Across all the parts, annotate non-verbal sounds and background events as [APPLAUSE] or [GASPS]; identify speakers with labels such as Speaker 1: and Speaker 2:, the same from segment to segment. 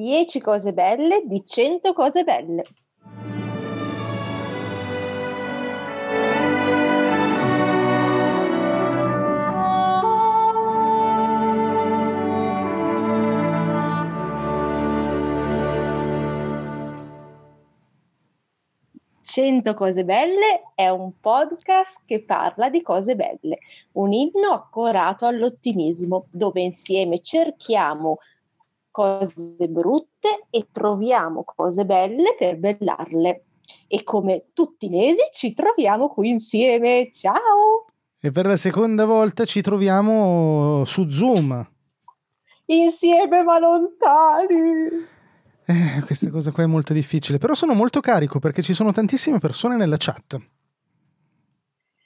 Speaker 1: 10 cose belle di 100 cose belle. Cento cose belle è un podcast che parla di cose belle, un inno accorato all'ottimismo, dove insieme cerchiamo cose brutte e troviamo cose belle per bellarle. E come tutti i mesi ci troviamo qui insieme. Ciao!
Speaker 2: E per la seconda volta ci troviamo su Zoom.
Speaker 1: Insieme ma lontani!
Speaker 2: Eh, questa cosa qua è molto difficile, però sono molto carico perché ci sono tantissime persone nella chat.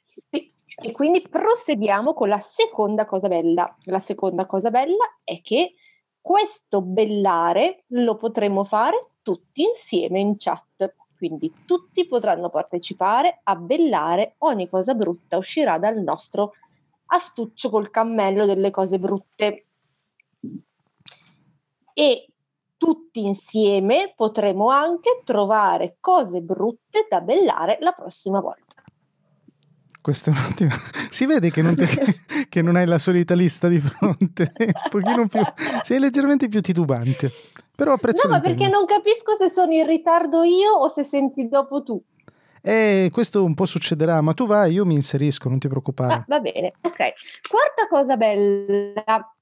Speaker 1: Sì, E quindi proseguiamo con la seconda cosa bella. La seconda cosa bella è che questo bellare lo potremo fare tutti insieme in chat. Quindi tutti potranno partecipare a bellare ogni cosa brutta uscirà dal nostro astuccio col cammello delle cose brutte. E tutti insieme potremo anche trovare cose brutte da bellare la prossima volta.
Speaker 2: Questo è un attimo. [LAUGHS] Si vede che non, te- [LAUGHS] che non hai la solita lista di fronte. [LAUGHS] un pochino più. Sei leggermente più titubante. Però apprezzo
Speaker 1: No, ma
Speaker 2: l'impegno.
Speaker 1: perché non capisco se sono in ritardo io o se senti dopo tu.
Speaker 2: Eh, questo un po' succederà, ma tu vai, io mi inserisco, non ti preoccupare.
Speaker 1: Ah, va bene, ok. Quarta cosa bella,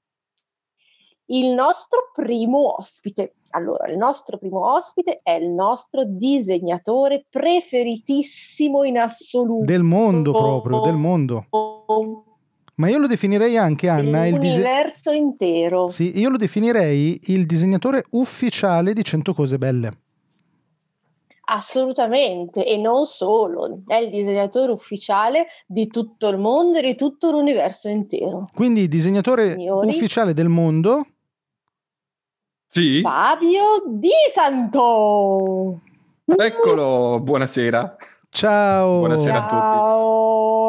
Speaker 1: il nostro primo ospite. Allora, il nostro primo ospite è il nostro disegnatore preferitissimo in assoluto.
Speaker 2: Del mondo
Speaker 1: Oh.
Speaker 2: proprio, del mondo. Ma io lo definirei anche, Anna, il dise-
Speaker 1: L'universo intero.
Speaker 2: sì, io lo definirei il disegnatore ufficiale di 100 cose belle.
Speaker 1: Assolutamente, e non solo, è il disegnatore ufficiale di tutto il mondo e di tutto l'universo intero.
Speaker 2: Quindi il disegnatore
Speaker 1: Signori.
Speaker 2: ufficiale del mondo,
Speaker 3: Sì,
Speaker 1: Fabio Di Santo!
Speaker 3: eccolo, buonasera.
Speaker 2: ciao.
Speaker 3: Buonasera. a tutti.
Speaker 1: Uh,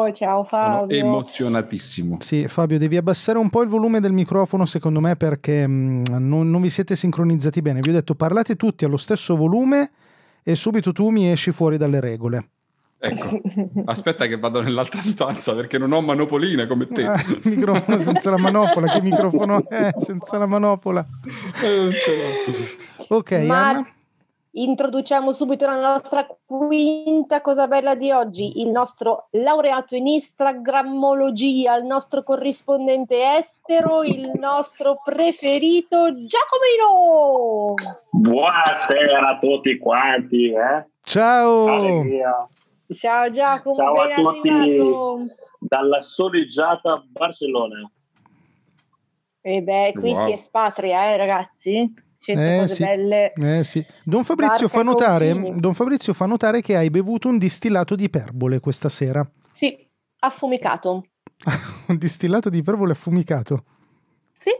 Speaker 1: Ciao, ciao
Speaker 3: Sono
Speaker 1: Fabio.
Speaker 3: emozionatissimo.
Speaker 2: Sì, Fabio, devi abbassare un po' il volume del microfono, secondo me, perché mh, non, non vi siete sincronizzati bene. Vi ho detto parlate tutti allo stesso volume e subito tu mi esci fuori dalle regole.
Speaker 1: [LAUGHS]
Speaker 3: Ecco, aspetta che vado nell'altra stanza perché non ho manopoline come te.
Speaker 2: Ah, il microfono senza la manopola, che microfono è senza la manopola?
Speaker 3: [LAUGHS] Eh, non ce l'ho.
Speaker 2: Ok,
Speaker 1: Ma
Speaker 2: Anna.
Speaker 1: introduciamo subito la nostra quinta cosa bella di oggi, il nostro laureato in instagrammologia, il nostro corrispondente estero, il nostro preferito Giacomino.
Speaker 4: Buonasera a tutti quanti, eh?
Speaker 2: Ciao.
Speaker 4: Allegria.
Speaker 1: Ciao Giacomo,
Speaker 4: Ciao a
Speaker 1: ben
Speaker 4: tutti.
Speaker 1: arrivato.
Speaker 4: Dalla soleggiata Barcellona.
Speaker 1: E Eh beh, qui
Speaker 3: Wow.
Speaker 1: si espatria, eh ragazzi. Cento
Speaker 2: Eh,
Speaker 1: cose
Speaker 2: sì.
Speaker 1: belle.
Speaker 2: Eh sì. Don Fabrizio,
Speaker 1: Barca
Speaker 2: fa
Speaker 1: e
Speaker 2: notare,
Speaker 1: confini.
Speaker 2: Don Fabrizio fa notare che hai bevuto un distillato di iperbole questa sera. [LAUGHS]
Speaker 1: Sì, affumicato.
Speaker 2: un distillato di iperbole affumicato.
Speaker 1: Sì.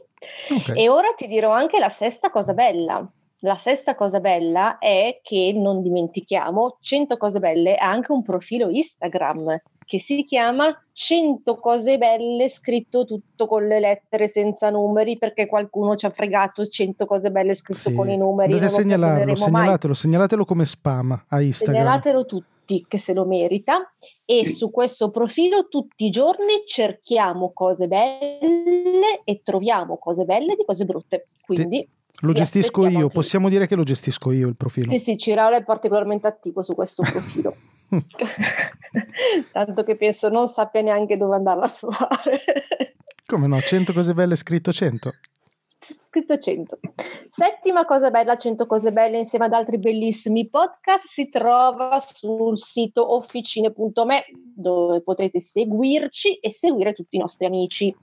Speaker 2: Ok.
Speaker 1: E ora ti dirò anche la sesta cosa bella. La sesta cosa bella è che non dimentichiamo 100 cose belle ha anche un profilo Instagram che si chiama 100 cose belle scritto tutto con le lettere senza numeri perché qualcuno ci ha fregato 100 cose belle scritto
Speaker 2: Sì.
Speaker 1: con i numeri.
Speaker 2: Andate a
Speaker 1: non lo
Speaker 2: segnalarlo,
Speaker 1: perdoneremo mai.
Speaker 2: segnalatelo, segnalatelo come spam a Instagram.
Speaker 1: Segnalatelo tutti che se lo merita e su questo profilo tutti i giorni cerchiamo cose belle e troviamo cose belle di cose brutte. Quindi
Speaker 2: Lo
Speaker 1: Vi
Speaker 2: gestisco
Speaker 1: aspettiamo
Speaker 2: io,
Speaker 1: anche
Speaker 2: possiamo dire che lo gestisco io il profilo.
Speaker 1: sì, sì, Ciraola è particolarmente attivo su questo [LAUGHS] profilo. Tanto che penso non sappia neanche dove andarla a trovare.
Speaker 2: [LAUGHS] Come no, 100 cose belle scritto 100.
Speaker 1: Scritto 100. Settima cosa bella, 100 cose belle insieme ad altri bellissimi podcast si trova sul sito officine.me dove potete seguirci e seguire tutti i nostri amici.
Speaker 2: Eh,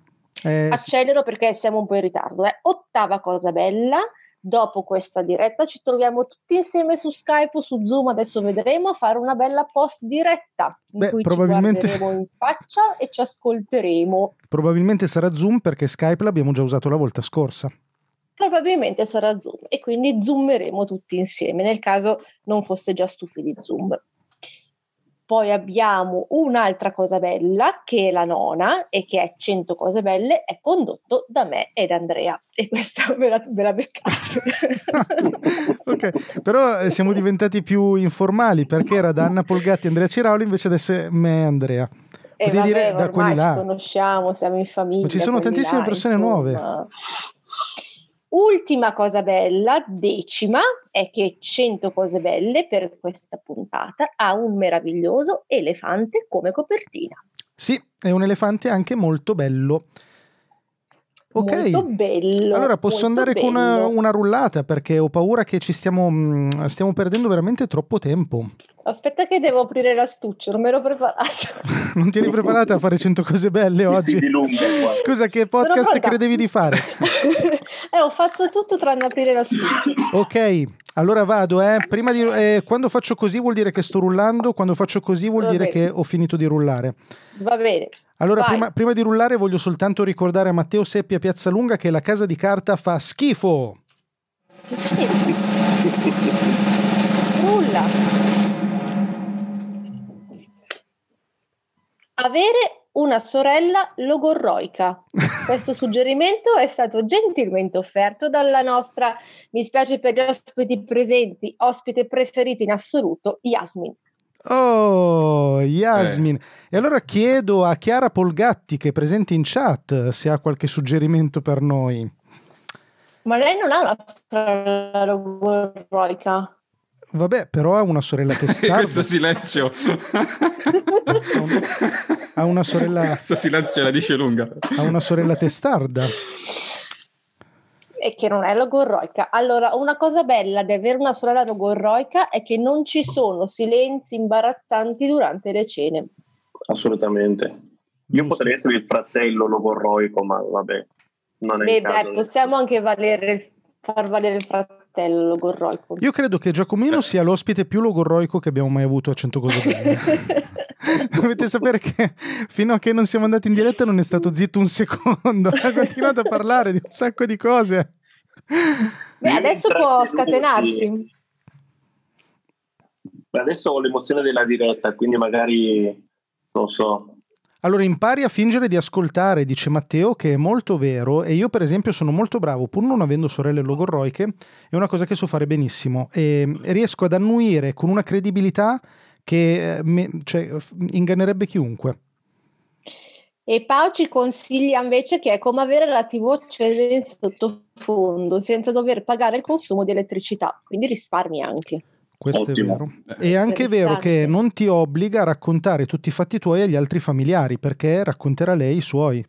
Speaker 1: Ah, certo. Accelero perché siamo un po' in ritardo. eh. Ottava cosa bella, dopo questa diretta ci troviamo tutti insieme su Skype o su Zoom, adesso vedremo, a fare una bella post diretta in
Speaker 2: Beh,
Speaker 1: cui
Speaker 2: probabilmente-
Speaker 1: ci guarderemo in faccia e ci ascolteremo.
Speaker 2: Probabilmente sarà Zoom perché Skype l'abbiamo già usato la volta scorsa.
Speaker 1: [LAUGHS] Probabilmente sarà Zoom e quindi zoomeremo tutti insieme nel caso non foste già stufi di Zoom. Poi abbiamo un'altra cosa bella che è la nona e che è 100 cose belle, è condotto da me ed Andrea e questa [LAUGHS] ve la, ve la beccate.
Speaker 2: [LAUGHS] ok, però
Speaker 1: [LAUGHS]
Speaker 2: eh, siamo diventati più informali perché era da Anna Polgatti e Andrea Ciraoli invece adesso è me e Andrea.
Speaker 1: E
Speaker 2: Potevi
Speaker 1: Eh, vabbè,
Speaker 2: dire da
Speaker 1: ormai
Speaker 2: quelli là.
Speaker 1: ci conosciamo, siamo in famiglia.
Speaker 2: Ma ci sono
Speaker 1: quelli
Speaker 2: tantissime
Speaker 1: là,
Speaker 2: persone nuove.
Speaker 1: Ultima cosa bella, decima, è che 100 cose belle per questa puntata ha un meraviglioso elefante come copertina.
Speaker 2: Sì, è un elefante anche molto bello. Ok.
Speaker 1: Molto bello.
Speaker 2: Allora posso
Speaker 1: molto
Speaker 2: andare con eh, una,
Speaker 1: bello.
Speaker 2: una rullata perché ho paura che ci stiamo, mh, stiamo perdendo veramente troppo tempo. [LAUGHS]
Speaker 1: Aspetta che devo aprire l'astuccio, non me l'ho preparato.
Speaker 2: Non ti eri preparata a fare 100 cose belle
Speaker 4: Sì, si
Speaker 2: oggi?
Speaker 4: dilunga
Speaker 2: [LAUGHS]
Speaker 4: qua.
Speaker 2: Scusa, che
Speaker 1: Sono
Speaker 2: [LAUGHS] podcast
Speaker 1: pronta.
Speaker 2: credevi di fare?
Speaker 1: [LAUGHS] eh, ho fatto tutto tranne aprire l'astuccio.
Speaker 2: Ok, allora vado. Eh. Prima di, eh, quando faccio così vuol dire che sto rullando, quando faccio così vuol
Speaker 1: Va
Speaker 2: dire
Speaker 1: bene.
Speaker 2: che ho finito di rullare.
Speaker 1: Va bene.
Speaker 2: Allora,
Speaker 1: Vai.
Speaker 2: prima, prima di rullare voglio soltanto ricordare a Matteo Seppi a Piazzalunga che la casa di carta fa schifo.
Speaker 1: Nulla. Avere una sorella logorroica. Questo suggerimento è stato gentilmente offerto dalla nostra, mi spiace per gli ospiti presenti, ospite preferita in assoluto, Yasmin.
Speaker 2: Oh, Yasmin. E allora chiedo a Chiara Polgatti, che è presente in chat, se ha qualche suggerimento per noi.
Speaker 1: Ma lei non ha una sorella logorroica.
Speaker 2: Vabbè, però ha una sorella testarda.
Speaker 3: Questo silenzio.
Speaker 2: Ha una sorella,
Speaker 3: Questo silenzio la dice lunga.
Speaker 2: ha una sorella testarda.
Speaker 1: E che non è logorroica. Allora, una cosa bella di avere una sorella logorroica è che non ci sono silenzi imbarazzanti durante le cene.
Speaker 4: Assolutamente. Io
Speaker 2: Giusto.
Speaker 4: potrei essere il fratello logorroico, ma vabbè, non è
Speaker 1: Beh,
Speaker 4: il caso.
Speaker 1: dai, possiamo anche valere il- far valere il fratello logorroico.
Speaker 2: Io credo che Giacomino sia l'ospite più logorroico che abbiamo mai avuto a 100 cose belle. Dovete sapere che fino a che non siamo andati in diretta non è stato zitto un secondo, ha continuato a parlare di un sacco di cose.
Speaker 1: Beh, adesso può scatenarsi.
Speaker 4: Beh, Adesso ho l'emozione della diretta, quindi magari non so.
Speaker 2: Allora impari a fingere di ascoltare, dice Matteo, che è molto vero e io per esempio sono molto bravo, pur non avendo sorelle logorroiche, è una cosa che so fare benissimo e mm, riesco ad annuire con una credibilità che eh, me- cioè, f- ingannerebbe chiunque.
Speaker 1: E Pau ci consiglia invece che è come avere la TV accesa in sottofondo senza dover pagare il consumo di elettricità, quindi risparmi anche.
Speaker 2: Questo
Speaker 4: Ottimo.
Speaker 2: è vero. È anche vero che non ti obbliga a raccontare tutti i fatti tuoi agli altri familiari perché racconterà lei i suoi.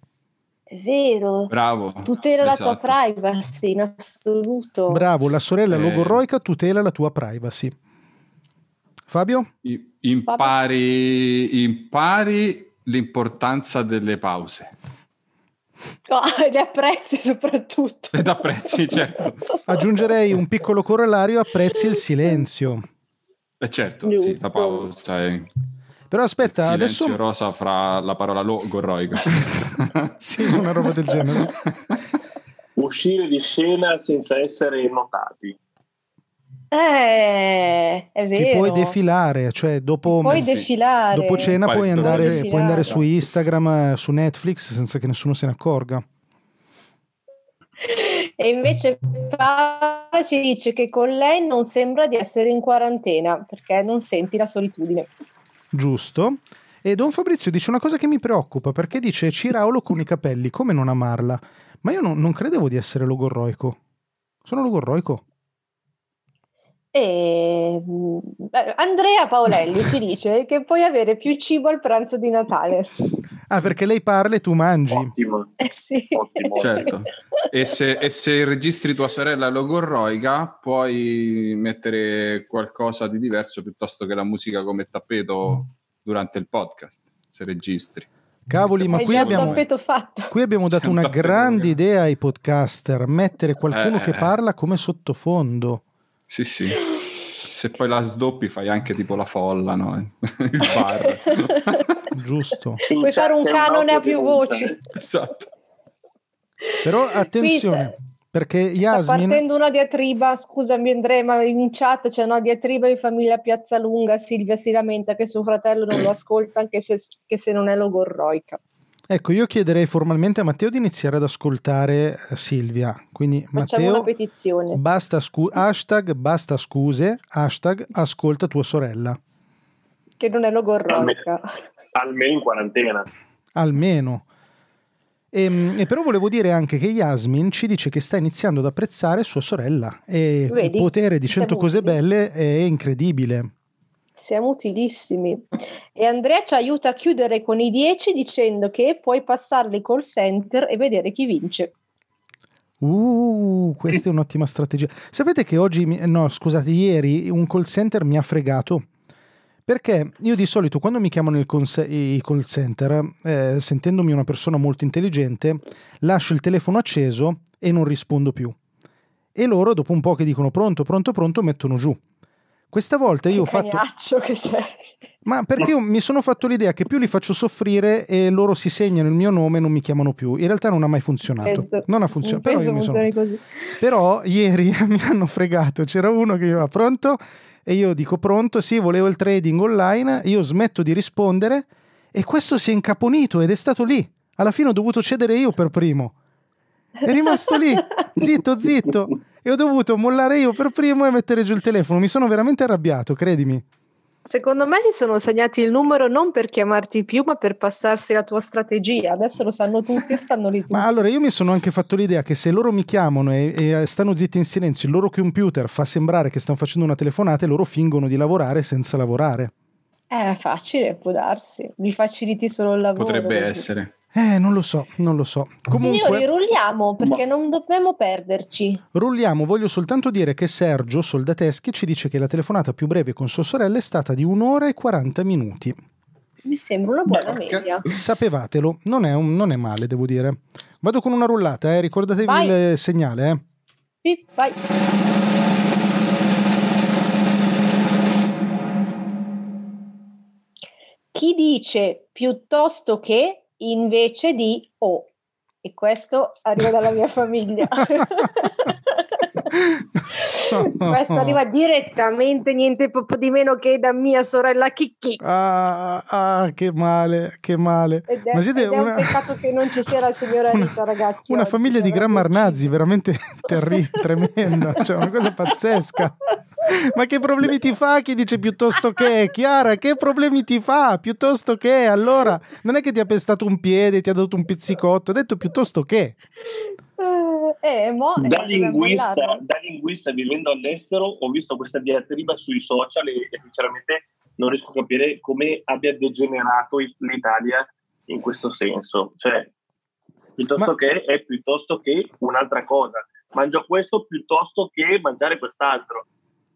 Speaker 1: È vero.
Speaker 3: Bravo.
Speaker 1: Tutela la tua
Speaker 3: Esatto.
Speaker 1: privacy in assoluto.
Speaker 2: Bravo, la sorella
Speaker 3: Eh.
Speaker 2: logorroica tutela la tua privacy. Fabio?
Speaker 3: I- Impari, impari l'importanza delle pause.
Speaker 1: [LAUGHS] Ah, le apprezzi soprattutto.
Speaker 3: Ed
Speaker 1: [LAUGHS]
Speaker 3: apprezzi, certo.
Speaker 2: Aggiungerei un piccolo corollario, apprezzi il silenzio.
Speaker 3: E certo, sì,
Speaker 1: Giusto.
Speaker 3: la pausa è
Speaker 2: Però aspetta,
Speaker 3: silenzio
Speaker 2: adesso...
Speaker 3: rosa fra la parola logorroica.
Speaker 2: [LAUGHS] Sì, una roba del genere.
Speaker 4: Uscire di scena senza essere notati.
Speaker 1: Eh, è vero.
Speaker 2: Ti puoi defilare, cioè dopo,
Speaker 1: Puoi Esatto.
Speaker 3: Sì.
Speaker 1: defilare.
Speaker 2: dopo cena
Speaker 3: Puoi-
Speaker 2: puoi andare,
Speaker 1: puoi
Speaker 2: puoi andare
Speaker 1: defilare.
Speaker 2: su Instagram, eh, su Netflix senza che nessuno se ne accorga.
Speaker 1: E invece Paola ci dice che con lei non sembra di essere in quarantena perché non senti la solitudine.
Speaker 2: Giusto. E Don Fabrizio dice una cosa che mi preoccupa perché dice Ciraulo con i capelli, come non amarla? Ma io non, non credevo di essere logorroico. Sono logorroico.
Speaker 1: E mm, eh, Andrea Paolelli ci dice che puoi avere più cibo al pranzo di Natale.
Speaker 2: Ah, perché lei parla e tu mangi.
Speaker 4: Ottimo.
Speaker 1: Eh sì.
Speaker 4: Ottimo.
Speaker 3: Certo. E se, e se registri tua sorella logorroica, puoi mettere qualcosa di diverso piuttosto che la musica come tappeto durante il podcast, se registri.
Speaker 2: Cavoli, ma
Speaker 1: È
Speaker 2: qui
Speaker 1: già
Speaker 2: abbiamo-
Speaker 1: un tappeto fatto.
Speaker 2: Qui abbiamo dato una
Speaker 3: Sempre
Speaker 2: grande
Speaker 3: perché-
Speaker 2: idea ai podcaster, mettere qualcuno
Speaker 3: Eh.
Speaker 2: che parla come sottofondo.
Speaker 3: Sì, sì. Se poi la sdoppi fai anche tipo la folla, no? [LAUGHS] Il bar.
Speaker 2: Giusto.
Speaker 1: [LAUGHS] Puoi fare un
Speaker 4: C'è
Speaker 1: canone a più
Speaker 4: un'autodenuncia.
Speaker 1: voci.
Speaker 3: esatto.
Speaker 2: Però attenzione,
Speaker 1: Qui
Speaker 2: perché
Speaker 1: eh, sta
Speaker 2: Yasmin...
Speaker 1: partendo una diatriba, scusami Andrea, ma in chat c'è una diatriba in famiglia Piazzalunga, Silvia si lamenta che suo fratello non lo ascolta anche se, che se non è logorroica.
Speaker 2: Ecco, io chiederei formalmente a Matteo di iniziare ad ascoltare eh, Silvia. Quindi
Speaker 1: Facciamo una
Speaker 2: Matteo,
Speaker 1: petizione.
Speaker 2: basta scu- hashtag basta scuse, hashtag ascolta tua sorella.
Speaker 1: che non è logorroica.
Speaker 4: Almeno in quarantena.
Speaker 2: almeno. Ehm, E, però volevo dire anche che Yasmin ci dice che sta iniziando ad apprezzare sua sorella e
Speaker 1: Vedi?
Speaker 2: il potere di
Speaker 1: Siamo
Speaker 2: 100 cose
Speaker 1: utili.
Speaker 2: belle è incredibile.
Speaker 1: Siamo utilissimi. E Andrea ci aiuta a chiudere con i 10 dicendo che puoi passarli call center e vedere chi vince.
Speaker 2: Uh,
Speaker 1: [LAUGHS]
Speaker 2: questa è un'ottima strategia. Sapete che oggi, mi- no scusate, ieri un call center mi ha fregato perché io di solito quando mi chiamano il cons- i call center, eh, sentendomi una persona molto intelligente, lascio il telefono acceso e non rispondo più. E loro dopo un po' che dicono pronto, pronto, pronto, mettono giù. Questa volta io ho
Speaker 1: che
Speaker 2: fatto...
Speaker 1: cagnaccio che sei.
Speaker 2: Ma perché io mi sono fatto l'idea che più li faccio soffrire e loro si segnano il mio nome e non mi chiamano più. In realtà non ha mai funzionato.
Speaker 1: Penso-
Speaker 2: Ah, non ha funzionato. Però,
Speaker 1: penso
Speaker 2: io mi sono...
Speaker 1: funzioni così.
Speaker 2: però ieri [LAUGHS] mi hanno fregato. C'era uno che diceva pronto e io dico pronto, sì, volevo il trading online. Io smetto di rispondere e questo si è incaponito ed è stato lì. Alla fine ho dovuto cedere io per primo. È rimasto lì, zitto, zitto. E ho dovuto mollare io per primo e mettere giù il telefono. Mi sono veramente arrabbiato, credimi.
Speaker 1: [LAUGHS] Secondo me si sono segnati il numero non per chiamarti più, ma per passarsi la tua strategia. Adesso lo sanno tutti, stanno lì tutti.
Speaker 2: Ma allora io mi sono anche fatto l'idea che se loro mi chiamano e, e stanno zitti in silenzio, il loro computer fa sembrare che stanno facendo una telefonata e loro fingono di lavorare senza lavorare.
Speaker 1: È Eh, facile, può darsi. Vi faciliti solo il lavoro.
Speaker 3: Potrebbe
Speaker 1: così.
Speaker 3: essere.
Speaker 2: Eh, non lo so, non lo so.
Speaker 1: Signori,
Speaker 2: Comunque,
Speaker 1: rulliamo perché non dobbiamo perderci.
Speaker 2: rulliamo. Voglio soltanto dire che Sergio Soldateschi ci dice che la telefonata più breve con sua sorella è stata di un'ora e 40 minuti.
Speaker 1: Mi sembra una buona
Speaker 3: Porca.
Speaker 1: media.
Speaker 2: Sapevatelo, non è, un- non è male, devo dire. Vado con una rullata, eh, ricordatevi
Speaker 1: Vai.
Speaker 2: il segnale, eh.
Speaker 1: Sì, vai. Chi dice piuttosto che invece di o? E questo arriva dalla mia
Speaker 2: [LAUGHS]
Speaker 1: famiglia. [LAUGHS] questo arriva direttamente, niente proprio di meno che da mia sorella Chicchi.
Speaker 2: Ah, ah, che male, che male.
Speaker 1: Ed è,
Speaker 2: Ma siete
Speaker 1: ed è
Speaker 2: una-
Speaker 1: un peccato che non ci sia la signora
Speaker 2: [LAUGHS] una-
Speaker 1: Rita, ragazzi.
Speaker 2: Una
Speaker 1: oggi,
Speaker 2: famiglia di gran
Speaker 1: veramente.
Speaker 2: marnazzi, veramente [LAUGHS]
Speaker 1: [LAUGHS]
Speaker 2: terri- tremenda, cioè una cosa pazzesca. [LAUGHS] Ma che problemi ti fa
Speaker 1: Eh,
Speaker 2: chi dice piuttosto che? Chiara, che problemi ti fa? Piuttosto che? Allora, non è che ti ha pestato un piede, ti ha dato un pizzicotto, ha detto piuttosto che.
Speaker 1: Eh, mo, eh,
Speaker 4: Da
Speaker 1: dobbiamo
Speaker 4: linguista,
Speaker 1: parlarne.
Speaker 4: da linguista vivendo all'estero ho visto questa diatriba sui social e, e sinceramente non riesco a capire come abbia degenerato il- l'Italia in questo senso. Cioè, piuttosto
Speaker 2: Ma-
Speaker 4: che è piuttosto che un'altra cosa. Mangio questo piuttosto che mangiare quest'altro.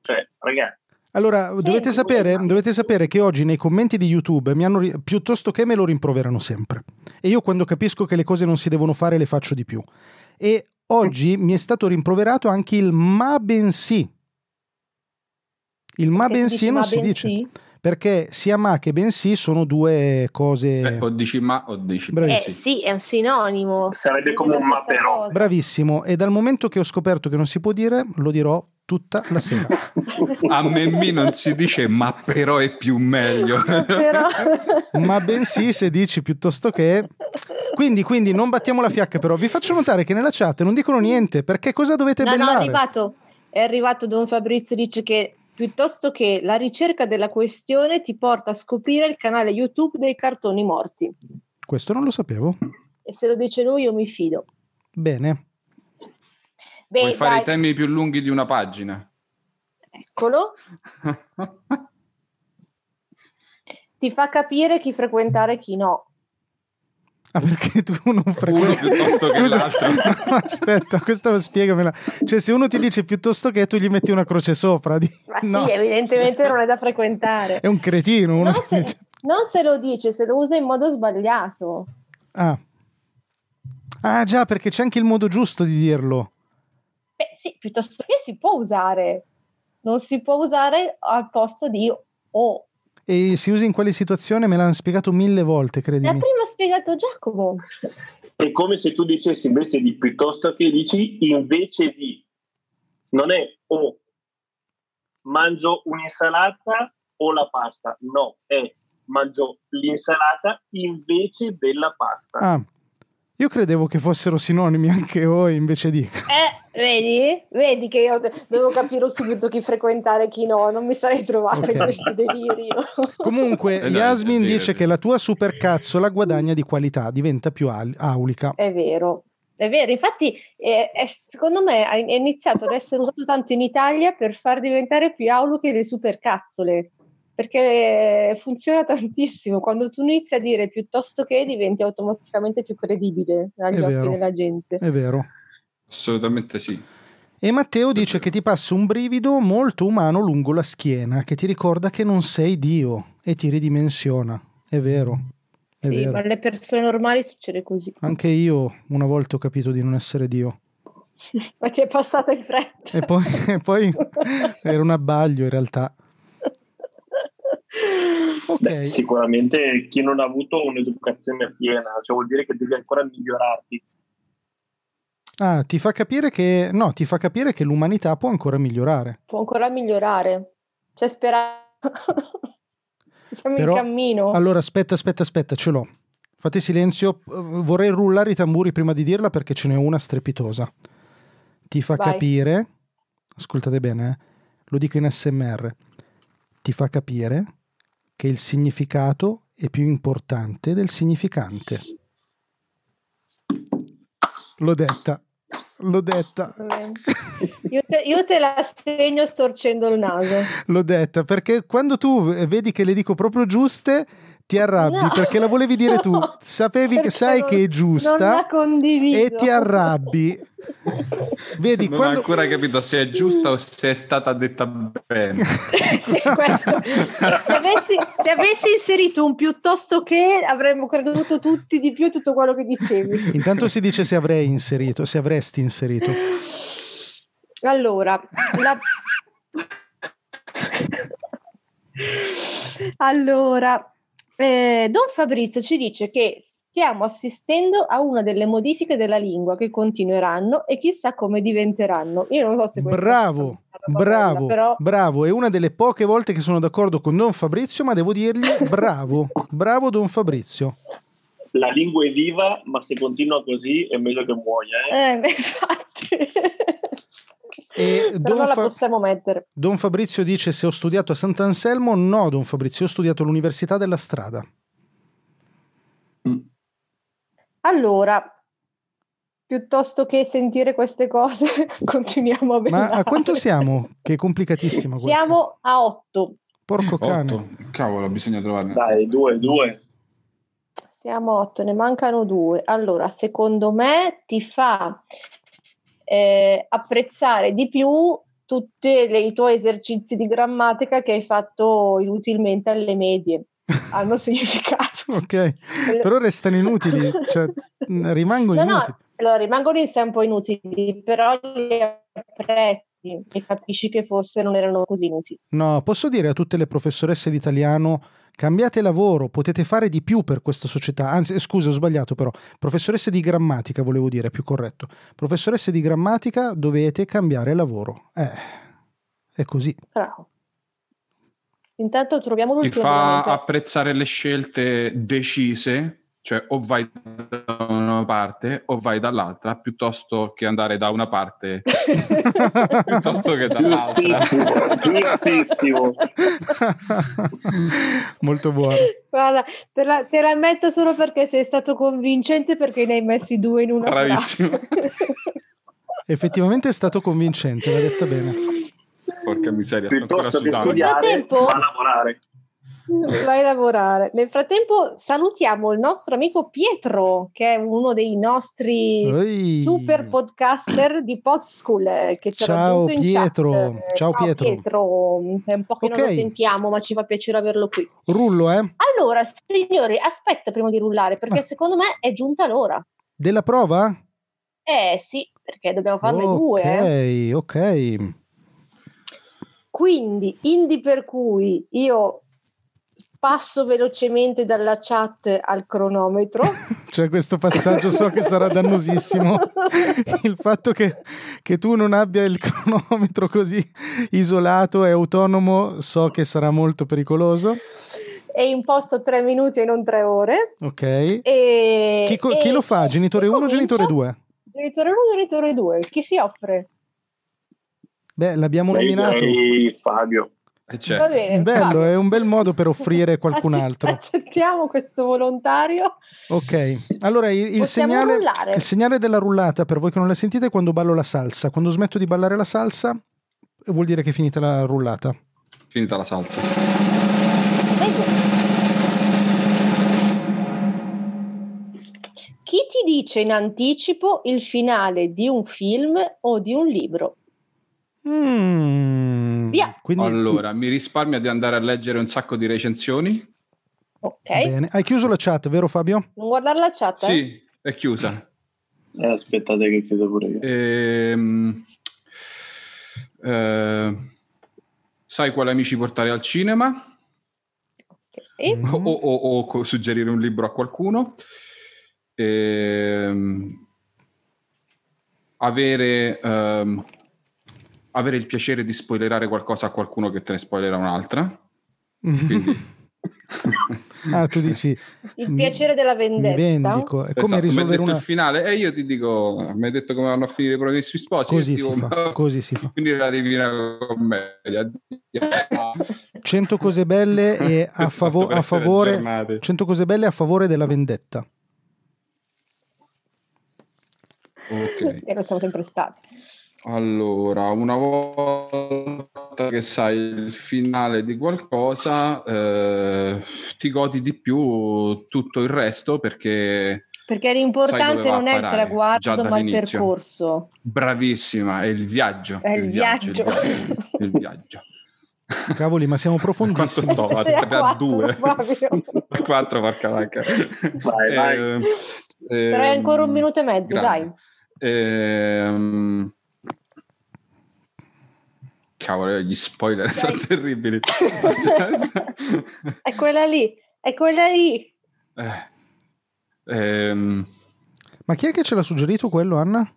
Speaker 4: Cioè, ragazzi,
Speaker 2: Allora, dovete sapere, dovete sapere che oggi nei commenti di YouTube mi hanno ri- piuttosto che me lo rimproverano sempre. E io quando capisco che le cose non si devono fare le faccio di più. E oggi mi è stato rimproverato anche il ma bensì. Il ma
Speaker 1: Perché
Speaker 2: bensì
Speaker 1: dici,
Speaker 2: Ah, non
Speaker 1: ma
Speaker 2: si
Speaker 1: bensì?
Speaker 2: dice. Perché sia ma che bensì sono due
Speaker 3: Eh,
Speaker 2: cose...
Speaker 3: o dici ma o dici
Speaker 2: Bravi.
Speaker 1: Eh
Speaker 3: ma,
Speaker 1: sì. è un sinonimo.
Speaker 4: Sarebbe come un ma però.
Speaker 2: Bravissimo. E dal momento che ho scoperto che non si può dire, lo dirò tutta la sera.
Speaker 3: A Memmi non si dice ma però è più meglio.
Speaker 1: [LAUGHS]
Speaker 3: [LAUGHS]
Speaker 1: Però...
Speaker 2: ma bensì se dici piuttosto che... Quindi, quindi non battiamo la fiacca, però vi faccio notare che nella chat non dicono niente perché cosa dovete
Speaker 1: No, no, è
Speaker 2: bellare?
Speaker 1: arrivato, è arrivato Don Fabrizio, dice che piuttosto che la ricerca della questione ti porta a scoprire il canale YouTube dei cartoni morti.
Speaker 2: Questo non lo sapevo.
Speaker 1: E se lo dice lui io mi fido.
Speaker 2: Bene.
Speaker 1: Beh,
Speaker 3: Puoi fare
Speaker 1: dai,
Speaker 3: i temi più lunghi di una pagina. [LAUGHS]
Speaker 1: eccolo. Ti fa capire chi frequentare e chi no.
Speaker 2: Ah, perché tu non frequenti
Speaker 3: piuttosto che l'altro.
Speaker 2: no, aspetta, questa spiegamela. Cioè, se uno ti dice piuttosto che tu gli metti una croce sopra, di-
Speaker 1: Ma
Speaker 2: no,
Speaker 1: sì, evidentemente non è da frequentare.
Speaker 2: [LAUGHS] è un cretino. Uno
Speaker 1: No,
Speaker 2: che
Speaker 1: se-
Speaker 2: [LAUGHS] dice-
Speaker 1: Non se lo dice, se lo usa in modo sbagliato.
Speaker 2: Ah. Ah, già, perché c'è anche il modo giusto di dirlo.
Speaker 1: Beh, sì, piuttosto che si può usare. Non si può usare al posto di o.
Speaker 2: E si usa in quale situazione? Me l'hanno spiegato mille volte,
Speaker 1: L'ha
Speaker 2: credimi.
Speaker 1: prima spiegato Giacomo.
Speaker 4: È come se tu dicessi invece di piuttosto che dici invece di. Non è o mangio un'insalata o la pasta. No, è mangio l'insalata invece della pasta.
Speaker 2: Ah. Io credevo che fossero sinonimi anche voi invece di...
Speaker 1: Eh, vedi? Vedi che io de- devo capire subito chi frequentare e chi no, non mi sarei trovata
Speaker 2: Ok.
Speaker 1: in questo delirio.
Speaker 2: Comunque,
Speaker 3: Eh, dai,
Speaker 2: Yasmin
Speaker 3: è vero,
Speaker 2: dice
Speaker 3: è vero.
Speaker 2: che la tua supercazzola guadagna di qualità, diventa più al- aulica.
Speaker 1: È vero, è vero. Infatti, eh, è- secondo me ha- è iniziato ad essere usato tanto in Italia per far diventare più auliche le supercazzole. Perché eh, funziona tantissimo. Quando tu inizi a dire piuttosto che diventi automaticamente più credibile agli
Speaker 2: È
Speaker 1: occhi
Speaker 2: vero.
Speaker 1: della gente.
Speaker 2: È vero.
Speaker 3: Assolutamente sì.
Speaker 2: E Matteo dice che ti passa un brivido molto umano lungo la schiena, che ti ricorda che non sei Dio e ti ridimensiona. È vero. È
Speaker 1: Sì,
Speaker 2: vero.
Speaker 1: ma alle persone normali succede così.
Speaker 2: Anche io una volta ho capito di non essere Dio.
Speaker 1: [LAUGHS] ma ti è passata in fretta.
Speaker 2: E poi, [LAUGHS]
Speaker 1: [LAUGHS]
Speaker 2: e poi era un abbaglio in realtà. Ok.
Speaker 4: Beh, sicuramente chi non ha avuto un'educazione piena, cioè vuol dire che devi ancora migliorarti.
Speaker 2: Ah, ti fa capire che... No, ti fa capire che l'umanità può ancora migliorare.
Speaker 1: Può ancora migliorare. C'è speranza. [LAUGHS] Siamo
Speaker 2: Però-
Speaker 1: in cammino.
Speaker 2: Allora, aspetta, aspetta, aspetta, ce l'ho. Fate silenzio, eh, vorrei rullare i tamburi prima di dirla perché ce n'è una strepitosa. Ti fa
Speaker 1: Vai.
Speaker 2: capire, ascoltate bene, eh, lo dico in SMR, ti fa capire che il significato è più importante del significante. L'ho detta, l'ho detta. [LAUGHS]
Speaker 1: Eh. Io te, io te la segno storcendo il naso.
Speaker 2: L'ho detta perché quando tu eh, vedi che le dico proprio giuste ti arrabbi
Speaker 1: No.
Speaker 2: perché la volevi dire tu,
Speaker 1: [LAUGHS] No.
Speaker 2: sapevi che
Speaker 1: Perché
Speaker 2: sai
Speaker 1: non-
Speaker 2: che è
Speaker 1: Non la
Speaker 2: giusta,
Speaker 1: condivido.
Speaker 2: e ti arrabbi. [LAUGHS] vedi
Speaker 3: non
Speaker 2: quando
Speaker 3: ho ancora capito se è giusta o se è stata detta bene.
Speaker 1: [LAUGHS] Sì, questo. se, avessi, se avessi inserito un piuttosto che avremmo creduto tutti di più a tutto quello che dicevi.
Speaker 2: Intanto si dice se avrei inserito, se avresti inserito.
Speaker 1: Allora, la- Allora, eh, Don Fabrizio ci dice che stiamo assistendo a una delle modifiche della lingua che continueranno e chissà come diventeranno. Io non so se questa-
Speaker 2: Bravo, bravo,
Speaker 1: però
Speaker 2: bravo. È una delle poche volte che sono d'accordo con Don Fabrizio, ma
Speaker 1: [LAUGHS]
Speaker 2: devo dirgli bravo, bravo Don Fabrizio.
Speaker 4: La lingua è viva, ma se continua così è meglio che muoia. eh.
Speaker 1: eh, [LAUGHS] beh, infatti
Speaker 2: E
Speaker 1: Però
Speaker 2: Don
Speaker 1: non la
Speaker 2: Fa-
Speaker 1: possiamo mettere.
Speaker 2: Don Fabrizio dice se ho studiato a Sant'Anselmo. No, Don Fabrizio, ho studiato all'Università della Strada.
Speaker 1: Allora, piuttosto che sentire queste cose, [LAUGHS] continuiamo a
Speaker 2: Ma
Speaker 1: bellare.
Speaker 2: a quanto siamo? Che è complicatissima questa.
Speaker 1: Siamo a 8.
Speaker 2: Porco cane.
Speaker 3: Otto. Cavolo, bisogna trovarne.
Speaker 4: Dai, due, due.
Speaker 1: Siamo a 8, ne mancano due. Allora, secondo me ti fa eh, apprezzare di più tutti i tuoi esercizi di grammatica che hai fatto inutilmente alle
Speaker 2: [LAUGHS]
Speaker 1: medie. Hanno significato.
Speaker 2: Ok. Però restano inutili,
Speaker 1: [LAUGHS]
Speaker 2: cioè, mh, rimangono
Speaker 1: No,
Speaker 2: inutili.
Speaker 1: no, allora, rimangono in sé un po' inutili, però li apprezzi e capisci che forse non erano così inutili.
Speaker 2: No, posso dire a tutte le professoresse di italiano cambiate lavoro, potete fare di più per questa società. Anzi, eh, scusa, ho sbagliato però. Professoresse di grammatica, volevo dire, più corretto. Professoresse di grammatica, dovete cambiare lavoro. Eh, è così. [LAUGHS]
Speaker 1: Bravo. Intanto troviamo
Speaker 3: Ti
Speaker 1: l'ultimo.
Speaker 3: fa
Speaker 1: elemento.
Speaker 3: apprezzare le scelte decise, cioè o vai da una parte o vai dall'altra, piuttosto che andare da una parte
Speaker 1: [LAUGHS]
Speaker 3: piuttosto che dall'altra.
Speaker 4: Giustissimo, giustissimo.
Speaker 2: Molto buono.
Speaker 1: Guarda, te la, te la metto solo perché sei stato convincente perché ne hai messi due in una
Speaker 3: Bravissimo.
Speaker 1: frase.
Speaker 2: Effettivamente è stato convincente, l'ha detta bene.
Speaker 3: Porca miseria, sto ancora
Speaker 4: Piuttosto che
Speaker 3: sudando.
Speaker 1: Nel
Speaker 4: studiare,
Speaker 1: frattempo-
Speaker 4: va a lavorare.
Speaker 1: [LAUGHS] Vai a lavorare. Nel frattempo salutiamo il nostro amico Pietro, che è uno dei nostri
Speaker 2: Ehi.
Speaker 1: super podcaster di Podschool, eh, che ci ha
Speaker 2: Ciao,
Speaker 1: raggiunto in
Speaker 2: Pietro.
Speaker 1: chat. Eh,
Speaker 2: Ciao, Pietro.
Speaker 1: È un po' che
Speaker 2: Ok.
Speaker 1: non lo sentiamo, ma ci fa piacere averlo qui.
Speaker 2: Rullo, eh?
Speaker 1: Allora, signori, aspetta prima di rullare, perché
Speaker 2: Ah.
Speaker 1: secondo me è giunta l'ora.
Speaker 2: Della prova?
Speaker 1: Eh sì, perché dobbiamo farne
Speaker 2: ok,
Speaker 1: due. eh.
Speaker 2: ok.
Speaker 1: Quindi, indi per cui io passo velocemente dalla chat al
Speaker 2: [LAUGHS]
Speaker 1: cronometro.
Speaker 2: Cioè, questo passaggio so che sarà
Speaker 1: [LAUGHS]
Speaker 2: dannosissimo. Il fatto che, che tu non abbia il cronometro così isolato e autonomo so che sarà molto pericoloso.
Speaker 1: E imposto tre minuti e non tre ore.
Speaker 2: Ok.
Speaker 1: E,
Speaker 2: Chi, co-
Speaker 1: e-
Speaker 2: chi lo fa? Genitore
Speaker 1: e
Speaker 2: 1 o genitore
Speaker 1: comincia?
Speaker 2: 2?
Speaker 1: Genitore 1 genitore 2. Chi si offre?
Speaker 2: Beh, l'abbiamo
Speaker 4: Dai,
Speaker 2: nominato.
Speaker 4: dai, Fabio.
Speaker 3: E c'è.
Speaker 1: Va bene.
Speaker 2: Bello,
Speaker 1: Fabio.
Speaker 2: è un bel modo per
Speaker 1: [LAUGHS]
Speaker 2: offrire qualcun
Speaker 1: Accet-
Speaker 2: altro.
Speaker 1: Accettiamo questo volontario.
Speaker 2: Ok, allora il, il
Speaker 1: Possiamo
Speaker 2: segnale,
Speaker 1: rullare.
Speaker 2: il segnale della rullata per voi che non la sentite è quando ballo la salsa. Quando smetto di ballare la salsa vuol dire che è finita la rullata.
Speaker 3: Finita la salsa.
Speaker 1: Prego. Chi ti dice in anticipo il finale di un film o di un libro?
Speaker 2: Mm.
Speaker 1: Via.
Speaker 2: Quindi,
Speaker 3: Allora, mi risparmia di andare a leggere un sacco di recensioni?
Speaker 1: Ok,
Speaker 2: Bene. Hai chiuso la chat, vero Fabio?
Speaker 1: non guardare la chat. eh?
Speaker 3: Sì, è chiusa.
Speaker 4: Eh, aspettate che chiudo pure io.
Speaker 3: Ehm, eh, sai quali amici portare al cinema?
Speaker 1: Ok.
Speaker 2: Mm.
Speaker 3: o, o- o co- suggerire un libro a qualcuno. Ehm, avere, ehm, avere il piacere di spoilerare qualcosa a qualcuno che te ne spoilerà un'altra. Quindi-
Speaker 2: [LAUGHS] ah, tu dici,
Speaker 1: Il
Speaker 2: Mi-
Speaker 1: piacere della
Speaker 2: mi
Speaker 1: vendetta.
Speaker 2: vendico. È come
Speaker 3: Esatto, mi hai
Speaker 2: risolvere
Speaker 3: detto
Speaker 2: una...
Speaker 3: il finale e io ti dico, mi hai detto come vanno a finire i promessi sposi. io
Speaker 2: Così
Speaker 3: dico,
Speaker 2: si fa,
Speaker 3: ma-
Speaker 2: così si
Speaker 3: [LAUGHS]
Speaker 2: fa.
Speaker 3: Quindi la divina
Speaker 2: [LAUGHS]
Speaker 3: commedia.
Speaker 2: 100 cose belle e a, favo- a favore... 100 cose belle a favore della vendetta.
Speaker 1: [LAUGHS]
Speaker 3: Ok.
Speaker 1: E lo siamo sempre stati.
Speaker 3: Allora, una volta che sai il finale di qualcosa, eh, ti godi di più tutto il resto perché
Speaker 1: Perché
Speaker 3: Sai
Speaker 1: l'importante
Speaker 3: dove va
Speaker 1: non
Speaker 3: a
Speaker 1: è il
Speaker 3: parare, già
Speaker 1: traguardo, ma il
Speaker 3: dall'inizio.
Speaker 1: percorso.
Speaker 3: bravissima, è il viaggio.
Speaker 1: È il viaggio.
Speaker 3: Il viaggio.
Speaker 1: [LAUGHS]
Speaker 3: il viaggio. [LAUGHS]
Speaker 2: Cavoli, ma siamo profondissimi.
Speaker 3: Quanto sto?
Speaker 1: Sei
Speaker 3: guarda, da
Speaker 1: quattro,
Speaker 3: due.
Speaker 1: Fabio.
Speaker 3: [LAUGHS] Quattro porca vacca.
Speaker 4: Vai, vai.
Speaker 3: Eh,
Speaker 1: Però è ancora un
Speaker 3: ehm,
Speaker 1: minuto e mezzo,
Speaker 3: grande.
Speaker 1: dai.
Speaker 3: Ehm, Cavolo, gli spoiler sono
Speaker 1: [LAUGHS]
Speaker 3: terribili.
Speaker 1: È quella lì, è quella lì.
Speaker 3: Eh, ehm,
Speaker 2: Ma chi è che ce l'ha suggerito quello, Anna?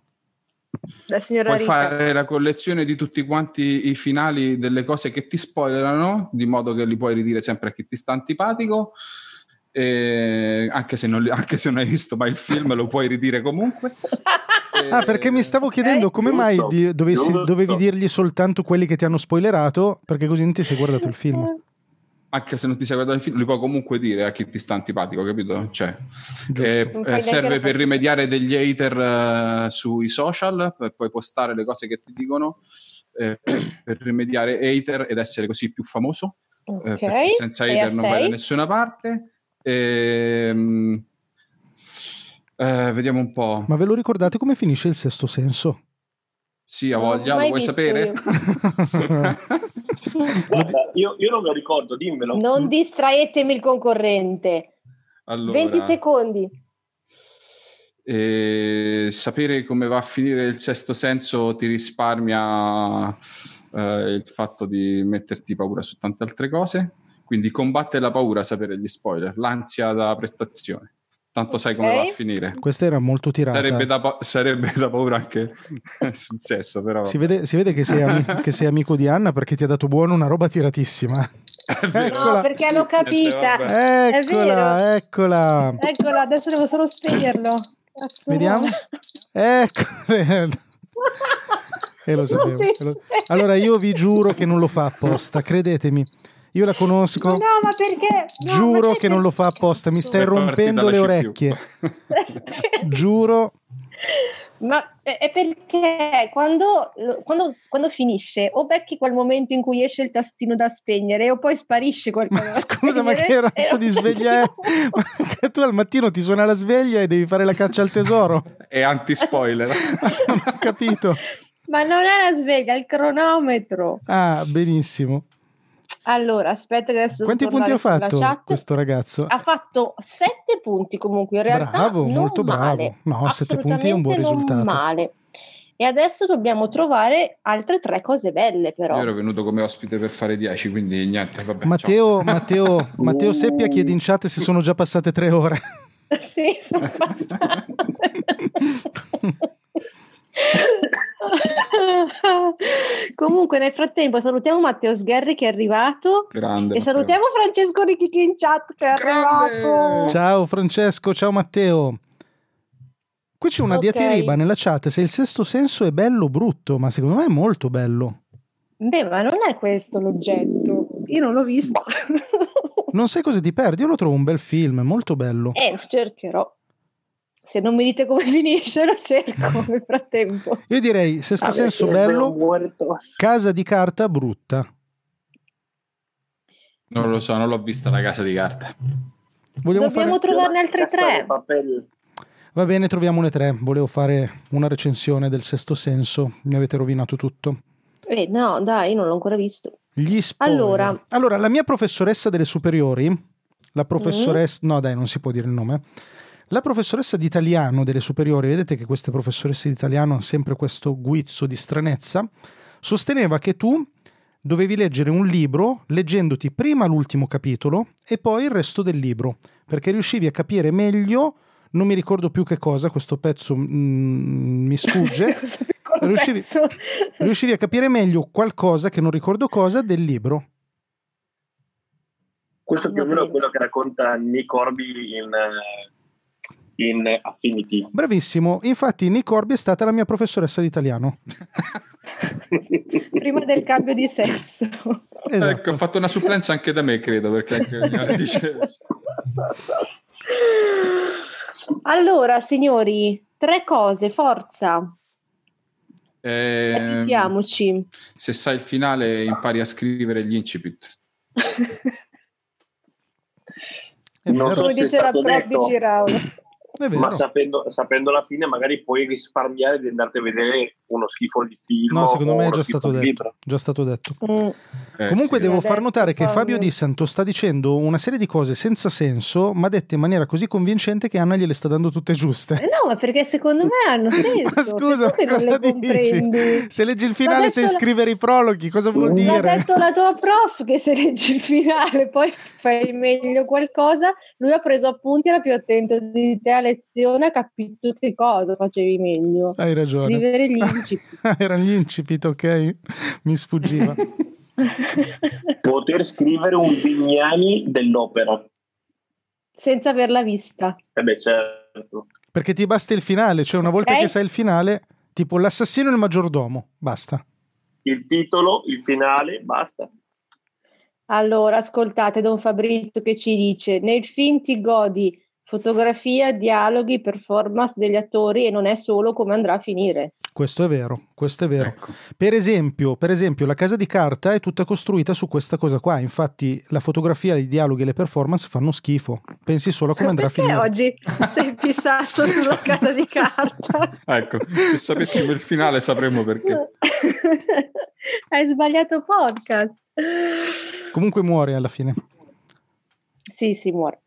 Speaker 1: La signora
Speaker 3: puoi
Speaker 1: Rita.
Speaker 3: fare la collezione di tutti quanti i finali delle cose che ti spoilerano, di modo che li puoi ridire sempre a chi ti sta antipatico. E anche, se non, li- anche se non hai visto mai il film, lo puoi ridire comunque.
Speaker 2: Ah, perché
Speaker 3: Eh,
Speaker 2: mi stavo chiedendo come
Speaker 4: giusto,
Speaker 2: mai di- dovessi-
Speaker 4: giusto.
Speaker 2: dovevi dirgli soltanto quelli che ti hanno spoilerato, perché così non ti sei guardato il
Speaker 1: [LAUGHS] Eh,
Speaker 2: film.
Speaker 3: Eh, Anche se non ti sei guardato il film, li puoi comunque dire a chi ti sta antipatico, capito? Cioè,
Speaker 2: Giusto.
Speaker 3: eh,
Speaker 1: Non fai neanche
Speaker 3: eh,
Speaker 1: la
Speaker 3: serve per
Speaker 1: fatica.
Speaker 3: rimediare degli hater eh, sui social, per poi postare le cose che ti dicono, eh, per rimediare hater ed essere così più famoso. Eh,
Speaker 1: Ok,
Speaker 3: perché senza
Speaker 1: sei a
Speaker 3: Eder non vai da
Speaker 1: sei.
Speaker 3: nessuna parte. Ehm, eh, vediamo un po'.
Speaker 2: Ma ve lo ricordate come finisce il sesto
Speaker 3: [LAUGHS]
Speaker 2: senso? [LAUGHS]
Speaker 3: Sì, ha
Speaker 1: Non l'ho
Speaker 3: voglia, lo
Speaker 1: mai
Speaker 3: vuoi
Speaker 1: visto io.
Speaker 3: sapere?
Speaker 2: [LAUGHS]
Speaker 4: Guarda, io, io non me lo ricordo, dimmelo.
Speaker 1: Non distraetemi il concorrente.
Speaker 3: Allora,
Speaker 1: 20 secondi.
Speaker 3: eh, sapere come va a finire il sesto senso ti risparmia eh, il fatto di metterti paura su tante altre cose. Quindi combatte la paura, sapere gli spoiler, l'ansia da prestazione. Tanto sai come
Speaker 1: Ok.
Speaker 3: va a finire.
Speaker 2: Questa era molto tirata.
Speaker 3: Sarebbe da, pa- sarebbe da paura anche [LAUGHS] sul sesso, però.
Speaker 2: Si vede, si vede che, sei
Speaker 3: [LAUGHS]
Speaker 2: ami- che sei amico di Anna perché ti ha dato buono una roba tiratissima. Eccola.
Speaker 1: No, perché l'ho capita.
Speaker 2: Eh, Eccola, eccola.
Speaker 1: Eccola, adesso devo solo spegnerlo. Cazzo,
Speaker 2: Vediamo.
Speaker 1: no.
Speaker 2: Eccola. Eh, lo
Speaker 1: [LAUGHS] Non
Speaker 2: sapevo,
Speaker 1: si
Speaker 2: lo-
Speaker 1: vede.
Speaker 2: Allora io vi giuro che non lo fa apposta, credetemi. Io la conosco.
Speaker 1: Ma no, ma perché? No,
Speaker 2: Giuro
Speaker 1: ma sai
Speaker 2: che non lo fa apposta, mi stai rompendo le orecchie.
Speaker 1: Aspetta.
Speaker 2: Giuro
Speaker 1: [LAUGHS] Ma è perché quando, quando, quando finisce o becchi quel momento in cui esce il tastino da spegnere o poi sparisce quel
Speaker 2: ma [LAUGHS] scusa, ma che razza
Speaker 1: [LAUGHS]
Speaker 2: di sveglia è? [LAUGHS] Ma tu al mattino ti suona la sveglia e devi fare la caccia al tesoro.
Speaker 3: [LAUGHS] È anti-spoiler.
Speaker 2: [LAUGHS] non ho capito.
Speaker 1: Ma non è la sveglia, è il cronometro.
Speaker 2: Ah, benissimo.
Speaker 1: Allora, aspetta che adesso
Speaker 2: Quanti punti ha fatto questo ragazzo?
Speaker 1: Ha fatto 7 punti comunque, in realtà
Speaker 2: Bravo, molto bravo.
Speaker 1: male.
Speaker 2: No, 7 punti è un buon
Speaker 1: Assolutamente non
Speaker 2: risultato.
Speaker 1: male. E adesso dobbiamo trovare altre tre cose belle
Speaker 3: Io
Speaker 1: [LAUGHS] però.
Speaker 3: ero venuto come ospite per fare 10, quindi niente, vabbè. ciao.
Speaker 2: Matteo, Matteo, Matteo Seppia chiede in chat se sono già passate tre ore.
Speaker 1: [LAUGHS] Sì, sono passata. [LAUGHS] Comunque, nel frattempo, salutiamo Matteo Sgherri che è arrivato
Speaker 3: [LAUGHS] Grande,
Speaker 1: e
Speaker 3: Matteo.
Speaker 1: salutiamo Francesco Ricchi in chat che è
Speaker 3: Grande!
Speaker 1: arrivato.
Speaker 2: Ciao Francesco, ciao Matteo. Qui c'è una
Speaker 1: Ok.
Speaker 2: diatriba nella chat se il sesto senso è bello o brutto, ma secondo me è molto bello.
Speaker 1: Beh, ma non è questo l'oggetto. Io non l'ho
Speaker 2: [LAUGHS]
Speaker 1: visto.
Speaker 2: Non sai cosa ti perdi, io lo trovo un bel film, è molto bello.
Speaker 1: eh, lo cercherò. Se non mi dite come [LAUGHS] finisce, lo cerco nel frattempo.
Speaker 2: Io direi sesto
Speaker 4: Ah,
Speaker 2: senso
Speaker 4: perché
Speaker 2: bello,
Speaker 4: muerto.
Speaker 2: casa di carta brutta.
Speaker 3: Non lo so, non l'ho vista la casa di carta. [LAUGHS]
Speaker 2: Vogliamo
Speaker 1: Dobbiamo
Speaker 2: fare...
Speaker 1: trovarne altre
Speaker 4: Cassa
Speaker 1: tre.
Speaker 4: di papel.
Speaker 2: Va bene, troviamone tre. Volevo fare una recensione del sesto senso, mi avete rovinato tutto.
Speaker 1: Eh, no, dai, io non l'ho ancora visto.
Speaker 2: Gli spoiler.
Speaker 1: Allora.
Speaker 2: Allora, la mia professoressa delle superiori, la professoressa, no dai, non si può dire il nome. La professoressa di italiano delle superiori, vedete che queste professoresse di italiano hanno sempre questo guizzo di stranezza, sosteneva che tu dovevi leggere un libro leggendoti prima l'ultimo capitolo e poi il resto del libro, perché riuscivi a capire meglio, non mi ricordo più che cosa, questo pezzo mm, mi
Speaker 1: [LAUGHS]
Speaker 2: sfugge,
Speaker 1: Cosa mi ricordo
Speaker 2: Riuscivi-
Speaker 1: adesso?
Speaker 2: riuscivi a capire meglio qualcosa che non ricordo cosa del libro.
Speaker 4: Questo più o meno
Speaker 1: Va
Speaker 4: è
Speaker 1: bene.
Speaker 4: quello che racconta Nick Orbi in, eh, in Affinity.
Speaker 2: Bravissimo, infatti Nick Orbi è stata la mia professoressa di italiano.
Speaker 1: [LAUGHS] [LAUGHS] Prima
Speaker 4: [LAUGHS]
Speaker 1: del cambio di sesso.
Speaker 2: Esatto.
Speaker 3: Ecco, ho fatto una supplenza anche da me, credo, perché
Speaker 2: [LAUGHS]
Speaker 3: anche dice...
Speaker 1: Allora, signori, tre cose, forza,
Speaker 3: Ehm,
Speaker 1: aiutiamoci.
Speaker 3: [LAUGHS] se sai il finale impari a scrivere gli incipit.
Speaker 2: È
Speaker 4: Non
Speaker 2: vero,
Speaker 4: so
Speaker 1: Come
Speaker 4: se è
Speaker 1: diceva
Speaker 4: stato detto.
Speaker 1: Prodigy Round.
Speaker 2: [LAUGHS] è vero.
Speaker 4: Ma sapendo, sapendo la fine, magari puoi risparmiare di andarti a vedere uno schifo di film.
Speaker 2: No, secondo
Speaker 4: o
Speaker 2: me è
Speaker 4: uno
Speaker 2: già
Speaker 4: schifo
Speaker 2: stato
Speaker 4: di
Speaker 2: detto.
Speaker 4: libro.
Speaker 2: Già stato detto.
Speaker 1: Mm.
Speaker 3: Eh,
Speaker 2: Comunque
Speaker 3: sì.
Speaker 2: devo
Speaker 1: L'ha
Speaker 2: far
Speaker 1: detto
Speaker 2: notare che
Speaker 1: Fabio.
Speaker 2: Fabio Di Santo sta dicendo una serie di cose senza senso, ma dette in maniera così convincente che Anna gliele sta dando tutte giuste.
Speaker 1: Eh No, ma perché secondo me hanno
Speaker 2: [LAUGHS]
Speaker 1: senso.
Speaker 2: ma scusa,
Speaker 1: perché tu che non
Speaker 2: cosa
Speaker 1: le
Speaker 2: dici?
Speaker 1: comprendi?
Speaker 2: Se leggi il
Speaker 1: L'ha
Speaker 2: finale
Speaker 1: detto
Speaker 2: sai
Speaker 1: la-
Speaker 2: scrivere i prologhi, cosa vuol
Speaker 1: L'ha
Speaker 2: dire?
Speaker 1: detto la tua prof che se leggi il finale poi fai meglio qualcosa, lui ha preso appunti, era più attento di te a lezione, ha capito che cosa facevi meglio.
Speaker 2: Hai ragione.
Speaker 1: Scrivere gli incipit.
Speaker 2: [LAUGHS] Erano gli incipit, ok?
Speaker 1: [LAUGHS]
Speaker 2: Mi sfuggiva.
Speaker 4: [LAUGHS] Poter scrivere un Vignani dell'opera.
Speaker 1: Senza averla vista.
Speaker 4: Eh beh, certo.
Speaker 2: Perché ti basta il finale, cioè una volta
Speaker 1: Ok.
Speaker 2: che sai il finale, tipo l'assassino e il maggiordomo, basta.
Speaker 4: Il titolo, il finale, basta.
Speaker 1: Allora, ascoltate Don Fabrizio che ci dice, nel film ti godi fotografia, dialoghi, performance degli attori e non è solo come andrà a finire.
Speaker 2: Questo è vero, questo è vero.
Speaker 3: Ecco.
Speaker 2: Per esempio, per esempio, la casa di carta è tutta costruita su questa cosa qua. Infatti, la fotografia, i dialoghi e le performance fanno schifo. Pensi solo a come andrà a
Speaker 1: Perché
Speaker 2: finire.
Speaker 1: oggi sei
Speaker 2: [LAUGHS]
Speaker 1: fissato sulla casa di carta?
Speaker 3: Ecco, se sapessimo il finale sapremmo perché.
Speaker 1: [LAUGHS] Hai sbagliato podcast.
Speaker 2: Comunque muore alla fine.
Speaker 1: Sì, si muore.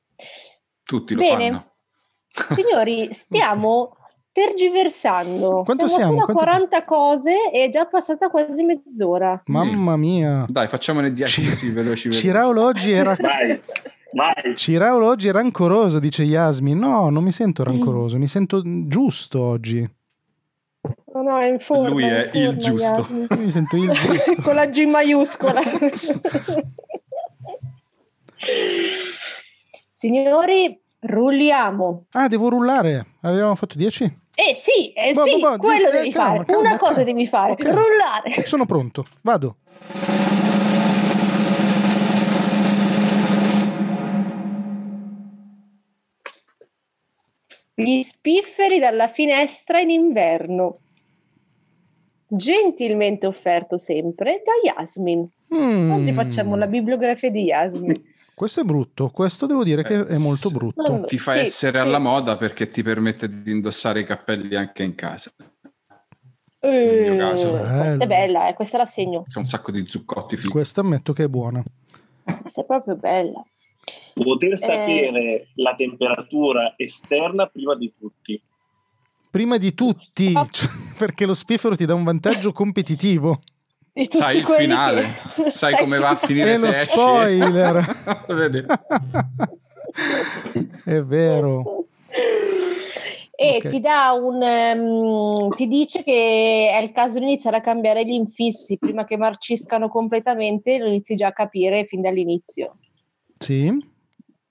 Speaker 3: Tutti lo
Speaker 1: Bene.
Speaker 3: fanno. [LAUGHS]
Speaker 1: Signori, stiamo tergiversando.
Speaker 2: Quanto
Speaker 1: siamo,
Speaker 2: siamo?
Speaker 1: solo a
Speaker 2: Quanto-
Speaker 1: 40 cose e è già passata quasi mezz'ora.
Speaker 2: Mamma mia.
Speaker 3: Dai, facciamone 10 così veloci. veloci.
Speaker 2: Ciraolo oggi era
Speaker 1: [LAUGHS]
Speaker 4: Vai, vai.
Speaker 2: Ciraolo oggi è rancoroso, dice Yasmin. No, non mi
Speaker 1: Mm.
Speaker 2: sento rancoroso, mi sento giusto oggi.
Speaker 1: No, no, è in forma.
Speaker 3: Lui
Speaker 1: in
Speaker 3: è il
Speaker 1: forma,
Speaker 3: giusto.
Speaker 1: Yasmin.
Speaker 2: [LAUGHS] Mi sento
Speaker 1: [LAUGHS]
Speaker 2: il giusto.
Speaker 1: Con la G maiuscola. Signori, rulliamo.
Speaker 2: Ah, devo rullare. Avevamo fatto 10?
Speaker 1: Eh sì, eh
Speaker 2: Boh,
Speaker 1: sì,
Speaker 2: boh, boh,
Speaker 1: quello
Speaker 2: zitti, eh,
Speaker 1: devi
Speaker 2: calma,
Speaker 1: fare.
Speaker 2: calma,
Speaker 1: Una cosa
Speaker 2: calma.
Speaker 1: devi fare,
Speaker 2: Ok.
Speaker 1: rullare.
Speaker 2: Sono pronto, vado.
Speaker 1: Gli spifferi dalla finestra in inverno. Gentilmente offerto sempre da Yasmin.
Speaker 2: Mm.
Speaker 1: Oggi facciamo la bibliografia di Yasmin.
Speaker 2: Questo è brutto, questo devo dire che
Speaker 3: Eh,
Speaker 2: è molto
Speaker 3: sì.
Speaker 2: brutto.
Speaker 3: Ti fa
Speaker 1: Sì,
Speaker 3: essere
Speaker 1: sì.
Speaker 3: alla moda perché ti permette di indossare i cappelli anche in casa.
Speaker 1: Eh,
Speaker 3: mio caso.
Speaker 1: questa
Speaker 2: Bello.
Speaker 1: è bella, eh, questa la segno.
Speaker 3: C'è un sacco di zuccotti fighi.
Speaker 2: Questa ammetto che è buona.
Speaker 1: Questa è proprio bella. Eh.
Speaker 4: Poter sapere la temperatura esterna prima di tutti.
Speaker 2: Prima di tutti,
Speaker 1: Ah.
Speaker 2: [LAUGHS] cioè, perché lo spiffero ti dà un
Speaker 1: [LAUGHS]
Speaker 2: vantaggio competitivo.
Speaker 1: Di tutti
Speaker 3: Sai il
Speaker 1: quelli
Speaker 3: finale,
Speaker 1: che- [LAUGHS] Esatto.
Speaker 3: sai come va a finire
Speaker 2: È
Speaker 3: se
Speaker 2: lo
Speaker 3: esci.
Speaker 2: spoiler.
Speaker 3: [LAUGHS] Vedi?
Speaker 2: è vero.
Speaker 1: E
Speaker 2: Ok.
Speaker 1: ti dà un ehm, ti dice che è il caso di iniziare a cambiare gli infissi prima che marciscano completamente, lo inizi già a capire fin dall'inizio.
Speaker 2: Sì,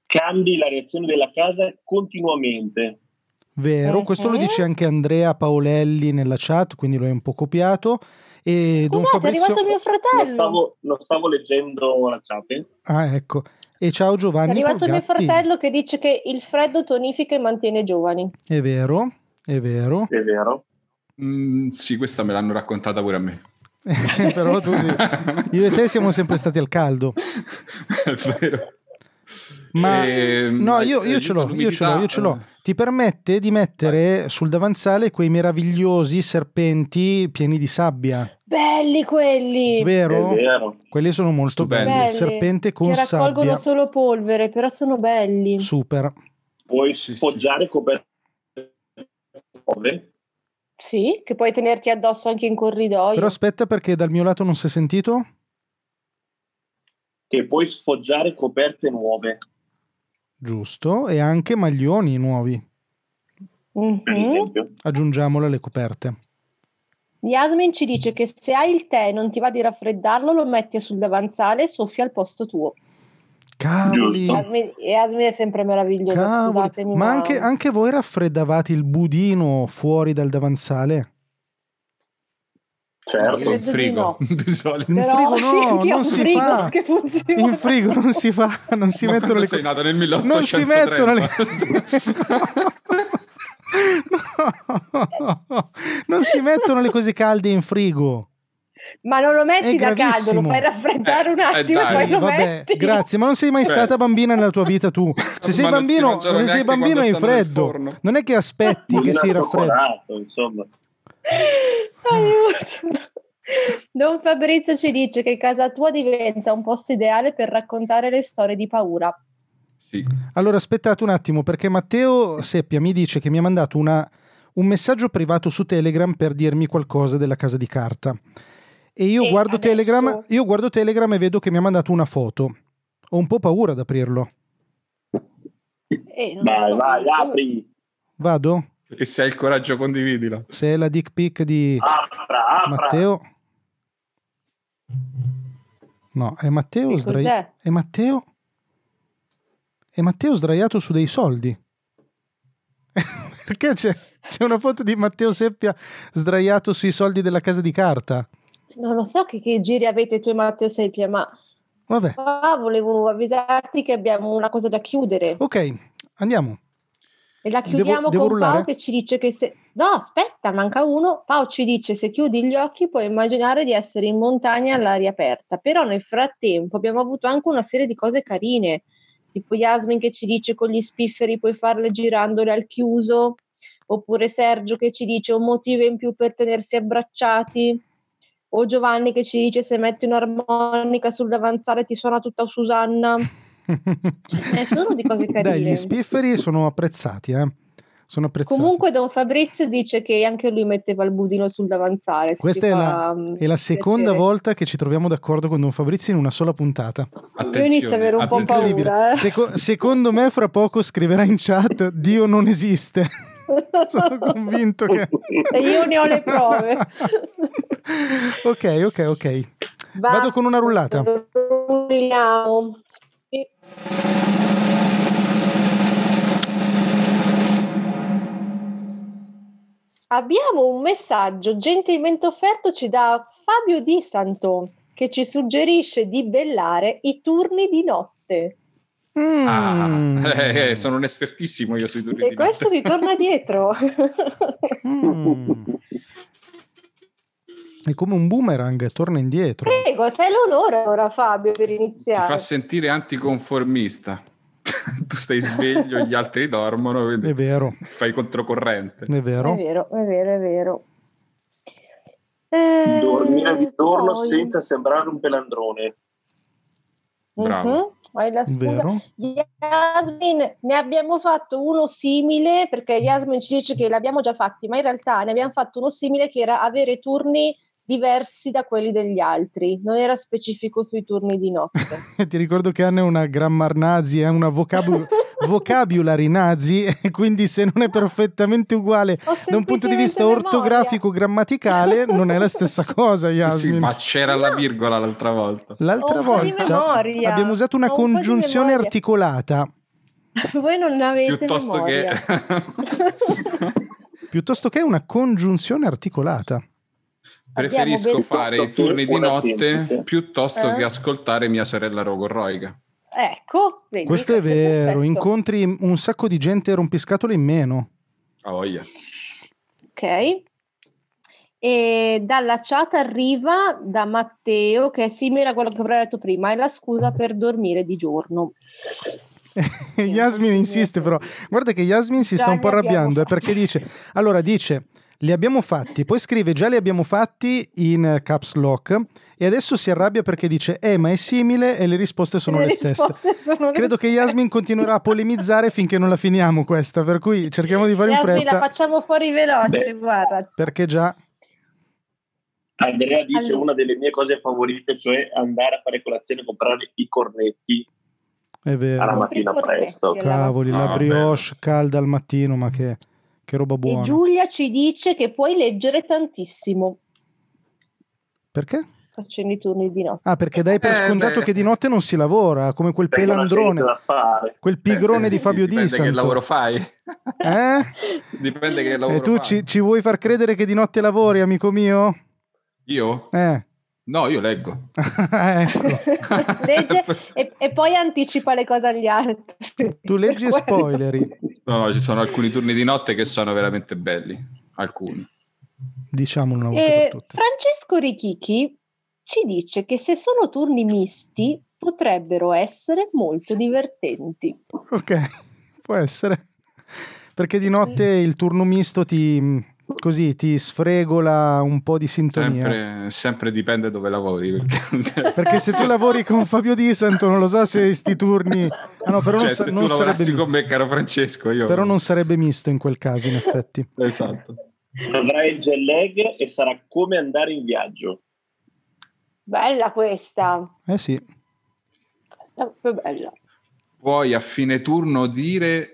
Speaker 4: Cambi la reazione della casa continuamente.
Speaker 2: vero. Questo lo
Speaker 1: Mhm.
Speaker 2: dice anche Andrea Paolelli nella chat, quindi lo è un po' copiato. E Don
Speaker 1: Scusate, è
Speaker 2: Fabrizio...
Speaker 1: arrivato mio
Speaker 4: Non
Speaker 1: fratello.
Speaker 4: stavo, non stavo leggendo la chat. eh.
Speaker 2: Ah, ecco. E ciao
Speaker 1: È
Speaker 2: Giovanni.
Speaker 1: arrivato mio
Speaker 2: Borgatti.
Speaker 1: fratello che dice che il freddo tonifica e mantiene giovani.
Speaker 2: È vero, è vero.
Speaker 4: È vero.
Speaker 3: Mm, sì, questa me l'hanno raccontata pure a me.
Speaker 2: [LAUGHS] Però tu sì. Io e te siamo sempre stati al caldo.
Speaker 3: [LAUGHS] È vero.
Speaker 2: Ma-
Speaker 3: Ehm,
Speaker 2: No, io, io
Speaker 3: aiuta
Speaker 2: ce l'ho, io ce
Speaker 3: l'umidità,
Speaker 2: l'ho, io ce l'ho.
Speaker 3: eh,
Speaker 2: Ti permette di mettere sul davanzale quei meravigliosi serpenti pieni di sabbia,
Speaker 1: Belli quelli.
Speaker 2: vero?
Speaker 4: È vero.
Speaker 2: Quelli sono molto
Speaker 3: Stupendi.
Speaker 2: belli. Il
Speaker 1: Belli,
Speaker 2: serpente con
Speaker 1: che raccolgono
Speaker 2: sabbia.
Speaker 1: solo polvere, però sono belli.
Speaker 2: Super.
Speaker 4: Puoi
Speaker 3: Sì, sì.
Speaker 4: sfoggiare coperte nuove.
Speaker 1: Sì, che puoi tenerti addosso anche in corridoio.
Speaker 2: Però aspetta perché dal mio lato non si è sentito?
Speaker 4: Che puoi sfoggiare coperte nuove.
Speaker 2: Giusto. E anche maglioni nuovi.
Speaker 1: Mhm.
Speaker 4: Per esempio.
Speaker 2: Aggiungiamolo alle coperte.
Speaker 1: Yasmin ci dice che se hai il tè e non ti va di raffreddarlo, lo metti sul davanzale e soffia al posto tuo.
Speaker 2: Cavoli.
Speaker 4: Giusto.
Speaker 1: Yasmin, Yasmin è sempre meravigliosa,
Speaker 2: Cavoli.
Speaker 1: scusatemi.
Speaker 2: Ma anche, anche voi raffreddavate il budino fuori dal davanzale?
Speaker 3: Io in
Speaker 4: Certo.
Speaker 1: Credo di
Speaker 3: eh, frigo,
Speaker 1: no.
Speaker 3: [LAUGHS] di solito.
Speaker 2: In
Speaker 1: Però [LAUGHS]
Speaker 2: frigo
Speaker 1: sì,
Speaker 2: no,
Speaker 1: anche a
Speaker 2: non si
Speaker 1: frigo
Speaker 2: fa.
Speaker 1: che funziona.
Speaker 2: In frigo non si fa, non si
Speaker 3: Ma
Speaker 2: mettono
Speaker 3: quando
Speaker 2: le
Speaker 3: sei
Speaker 2: cose.
Speaker 3: nato nel 1830.
Speaker 2: Non si mettono le [LAUGHS] No. non si mettono le cose calde in frigo.
Speaker 1: Ma non lo metti
Speaker 2: È
Speaker 1: da caldo, lo
Speaker 2: gravissimo.
Speaker 1: fai raffreddare
Speaker 3: Eh,
Speaker 1: un attimo
Speaker 3: eh,
Speaker 1: e
Speaker 3: dai,
Speaker 1: poi lo
Speaker 2: vabbè,
Speaker 1: metti.
Speaker 2: grazie, ma non sei mai
Speaker 3: Cioè.
Speaker 2: stata bambina nella tua vita
Speaker 3: [LAUGHS]
Speaker 2: tu. Se sei
Speaker 3: Ma non si
Speaker 2: bambino,
Speaker 3: mangiano
Speaker 2: se sei
Speaker 3: neanche quando
Speaker 2: bambino hai
Speaker 3: stanno nel
Speaker 2: freddo.
Speaker 3: forno.
Speaker 2: Non è che aspetti che
Speaker 4: Budino
Speaker 2: si
Speaker 4: al
Speaker 2: raffredda.
Speaker 4: cioccolato, insomma.
Speaker 1: [LAUGHS] Aiuto. Don Fabrizio ci dice che casa tua diventa un posto ideale per raccontare le storie di paura.
Speaker 3: [LAUGHS] Sì.
Speaker 2: Allora aspettate un attimo perché Matteo Seppia mi dice che mi ha mandato una- un messaggio privato su Telegram per dirmi qualcosa della casa di carta. E io,
Speaker 1: E
Speaker 2: guardo,
Speaker 1: adesso?
Speaker 2: Telegram, io guardo Telegram e vedo che mi ha mandato una foto. Ho un po' paura ad aprirlo.
Speaker 1: Eh, non lo
Speaker 4: Vai,
Speaker 1: so.
Speaker 4: vai, apri.
Speaker 2: Vado?
Speaker 3: E se hai il coraggio condividila.
Speaker 2: Se è la dick pic di
Speaker 4: Apra,
Speaker 1: Ah,
Speaker 4: apra.
Speaker 2: Matteo. No, è Matteo,
Speaker 1: Che
Speaker 2: sdrai-
Speaker 1: cos'è?
Speaker 2: è Matteo. È Matteo sdraiato su dei soldi. [LAUGHS] Perché c'è, c'è una foto di Matteo Seppia sdraiato sui soldi della casa di carta.
Speaker 1: Non lo so che, che giri avete tu e Matteo Seppia, ma
Speaker 2: Vabbè,
Speaker 1: qua Ah, volevo avvisarti che abbiamo una cosa da chiudere.
Speaker 2: ok, andiamo.
Speaker 1: E la chiudiamo
Speaker 2: Devo- devo
Speaker 1: con
Speaker 2: rullare?
Speaker 1: Pau che ci dice che se... No, aspetta, manca uno. Pau ci dice se chiudi gli occhi puoi immaginare di essere in montagna all'aria aperta. Però nel frattempo abbiamo avuto anche una serie di cose carine. Tipo Yasmin che ci dice con gli spifferi puoi farle girandole al chiuso. Oppure Sergio che ci dice un motivo in più per tenersi abbracciati. O Giovanni che ci dice se metti un'armonica sul davanzale ti suona tutta Susanna. ne Eh, sono di
Speaker 2: [LAUGHS]
Speaker 1: cose carine.
Speaker 2: Dai, gli spifferi sono apprezzati, eh. Sono apprezzati.
Speaker 1: Comunque Don Fabrizio dice che anche lui metteva il budino sul davanzale. se
Speaker 2: Questa
Speaker 1: ti
Speaker 2: è
Speaker 1: fa,
Speaker 2: la,
Speaker 1: mm,
Speaker 2: è la
Speaker 1: [LAUGHS]
Speaker 2: seconda
Speaker 1: piacere.
Speaker 2: volta che ci troviamo d'accordo con Don Fabrizio in una sola puntata.
Speaker 1: Io inizio ad avere un po'
Speaker 3: attenzione.
Speaker 1: paura. eh.
Speaker 2: Seco- secondo me, fra poco scriverà in chat: Dio non esiste.
Speaker 1: [LAUGHS]
Speaker 2: [LAUGHS] Sono convinto che.
Speaker 1: E io ne ho le prove.
Speaker 2: [LAUGHS] ok, ok, ok. Vado con una rullata.
Speaker 1: Rulliamo. Sì. Abbiamo un messaggio gentilmente offerto ci da Fabio Di Santon che ci suggerisce di bellare i turni di notte.
Speaker 2: Mm.
Speaker 3: Ah, eh, sono un espertissimo io sui duri
Speaker 1: E
Speaker 3: di latte.
Speaker 1: questo ti torna dietro. [LAUGHS]
Speaker 2: Mm. È come un boomerang, torna indietro.
Speaker 1: Prego, c'è l'onore ora Fabio per
Speaker 3: Ti
Speaker 1: iniziare.
Speaker 3: fa sentire anticonformista. [LAUGHS] tu stai sveglio, gli altri dormono,
Speaker 2: È
Speaker 3: quindi
Speaker 2: vero,
Speaker 3: fai controcorrente.
Speaker 2: è
Speaker 1: È
Speaker 2: vero.
Speaker 1: vero, è vero, è vero. Eh,
Speaker 4: Dormire di giorno
Speaker 1: poi-
Speaker 4: senza sembrare un pelandrone.
Speaker 3: Bravo.
Speaker 1: Mhm, Hai la scusa.
Speaker 2: Vero.
Speaker 1: Yasmin, ne abbiamo fatto uno simile perché Yasmin ci dice che l'abbiamo già fatti, ma in realtà ne abbiamo fatto uno simile che era avere turni diversi da quelli degli altri, non era specifico sui turni di notte.
Speaker 2: [LAUGHS] [LAUGHS] Ti ricordo che Anna è una grammar nazi, è
Speaker 1: [LAUGHS]
Speaker 2: una vocab- vocabulary nazi, e quindi se non è perfettamente uguale
Speaker 1: Ho
Speaker 2: da un punto di vista
Speaker 1: semplicemente
Speaker 2: ortografico grammaticale non è la stessa cosa,
Speaker 3: Sì,
Speaker 2: Yasmin.
Speaker 3: ma c'era la virgola l'altra volta.
Speaker 2: L'altra
Speaker 1: Ho un po' di
Speaker 2: volta
Speaker 1: memoria,
Speaker 2: abbiamo usato una
Speaker 1: ho un po' di
Speaker 2: congiunzione
Speaker 1: memoria.
Speaker 2: articolata
Speaker 1: memoria. [LAUGHS] Voi non avete
Speaker 3: Piuttosto che...
Speaker 1: memoria.
Speaker 3: [LAUGHS]
Speaker 2: piuttosto che una congiunzione articolata.
Speaker 3: [LAUGHS] Preferisco
Speaker 1: ben-
Speaker 3: fare i
Speaker 4: Piuttosto
Speaker 3: turni
Speaker 4: che
Speaker 3: di
Speaker 4: una
Speaker 3: notte
Speaker 4: semplice.
Speaker 3: piuttosto
Speaker 1: Eh?
Speaker 3: che ascoltare mia sorella Rogorroica.
Speaker 1: Ecco, vedi,
Speaker 2: Questo è vero,
Speaker 1: perfetto.
Speaker 2: incontri un sacco di gente rompiscatole in meno.
Speaker 3: A voglia.
Speaker 1: Ok. E dalla chat arriva da Matteo che è simile a quello che avrei detto prima, è la scusa per dormire di giorno.
Speaker 2: [LAUGHS] Yasmin insiste però, guarda che Yasmin si
Speaker 1: Già
Speaker 2: sta un
Speaker 1: li
Speaker 2: po'
Speaker 1: abbiamo
Speaker 2: arrabbiando eh,
Speaker 1: fatti.
Speaker 2: perché dice, allora dice, li abbiamo fatti, poi scrive già li abbiamo fatti in eh, caps lock e adesso si arrabbia perché dice, eh ma è simile e le risposte sono le, stesse.
Speaker 1: risposte sono le
Speaker 2: Credo che
Speaker 1: stesse.
Speaker 2: Yasmin continuerà a polemizzare finché non la finiamo questa, per cui cerchiamo di fare in
Speaker 1: Yasmin, la
Speaker 2: fretta
Speaker 1: facciamo fuori veloce,
Speaker 4: Beh.
Speaker 1: guarda.
Speaker 2: perché già
Speaker 4: Andrea dice
Speaker 1: Allora.
Speaker 4: una delle mie cose favorite, cioè andare a fare colazione e comprare i cornetti
Speaker 2: è
Speaker 4: alla
Speaker 2: vero.
Speaker 1: Compri
Speaker 4: mattina
Speaker 1: i cornetti,
Speaker 4: presto.
Speaker 1: allora.
Speaker 2: Cavoli, la
Speaker 3: Ah,
Speaker 2: brioche calda al mattino, ma che, che roba
Speaker 1: E
Speaker 2: buona.
Speaker 1: Giulia ci dice che puoi leggere tantissimo
Speaker 2: Perché?
Speaker 1: facendo i turni di notte.
Speaker 2: Ah, perché dai per
Speaker 3: Eh,
Speaker 2: scontato
Speaker 3: beh.
Speaker 2: che di notte non si lavora, come quel
Speaker 4: Perché non c'è niente
Speaker 2: pelandrone,
Speaker 4: da fare.
Speaker 2: quel pigrone di
Speaker 3: Eh, Sì,
Speaker 2: Fabio Di
Speaker 3: dipende che lavoro
Speaker 2: Santo.
Speaker 3: fai. [LAUGHS]
Speaker 2: Eh?
Speaker 3: Dipende che lavoro
Speaker 2: E tu
Speaker 3: fai.
Speaker 2: ci, ci vuoi far credere che di notte lavori, amico mio?
Speaker 3: Io?
Speaker 2: Eh. [LAUGHS]
Speaker 3: No, io leggo.
Speaker 2: ecco.
Speaker 1: [LAUGHS]
Speaker 2: [LAUGHS]
Speaker 1: Legge e, e poi anticipa le cose agli altri.
Speaker 3: [LAUGHS]
Speaker 2: Tu leggi e
Speaker 1: Per quello.
Speaker 2: spoileri,
Speaker 3: No, no, ci sono alcuni turni di notte che sono veramente belli. Alcuni.
Speaker 2: diciamolo diciamo una volta
Speaker 1: Eh,
Speaker 2: per tutte.
Speaker 1: Francesco Richichi ci dice che se sono turni misti potrebbero essere molto divertenti.
Speaker 2: Ok, può essere. Perché di notte il turno misto ti, così, ti sfregola un po' di sintonia.
Speaker 3: Sempre, sempre dipende dove lavori. Perché, [LAUGHS]
Speaker 2: Perché se tu lavori con Fabio Di Santo, non lo so se sti turni... Ah, no, però
Speaker 3: cioè,
Speaker 2: non, sa-
Speaker 3: se
Speaker 2: non
Speaker 3: tu
Speaker 2: sarebbe
Speaker 3: lavorassi
Speaker 2: misto.
Speaker 3: con me, caro Francesco, io...
Speaker 2: Però non sarebbe misto in quel caso, in effetti.
Speaker 3: Esatto.
Speaker 4: Avrai il jet lag e sarà come andare in viaggio.
Speaker 1: Bella questa,
Speaker 2: Eh sì.
Speaker 1: questa è proprio bella.
Speaker 3: Puoi a fine turno dire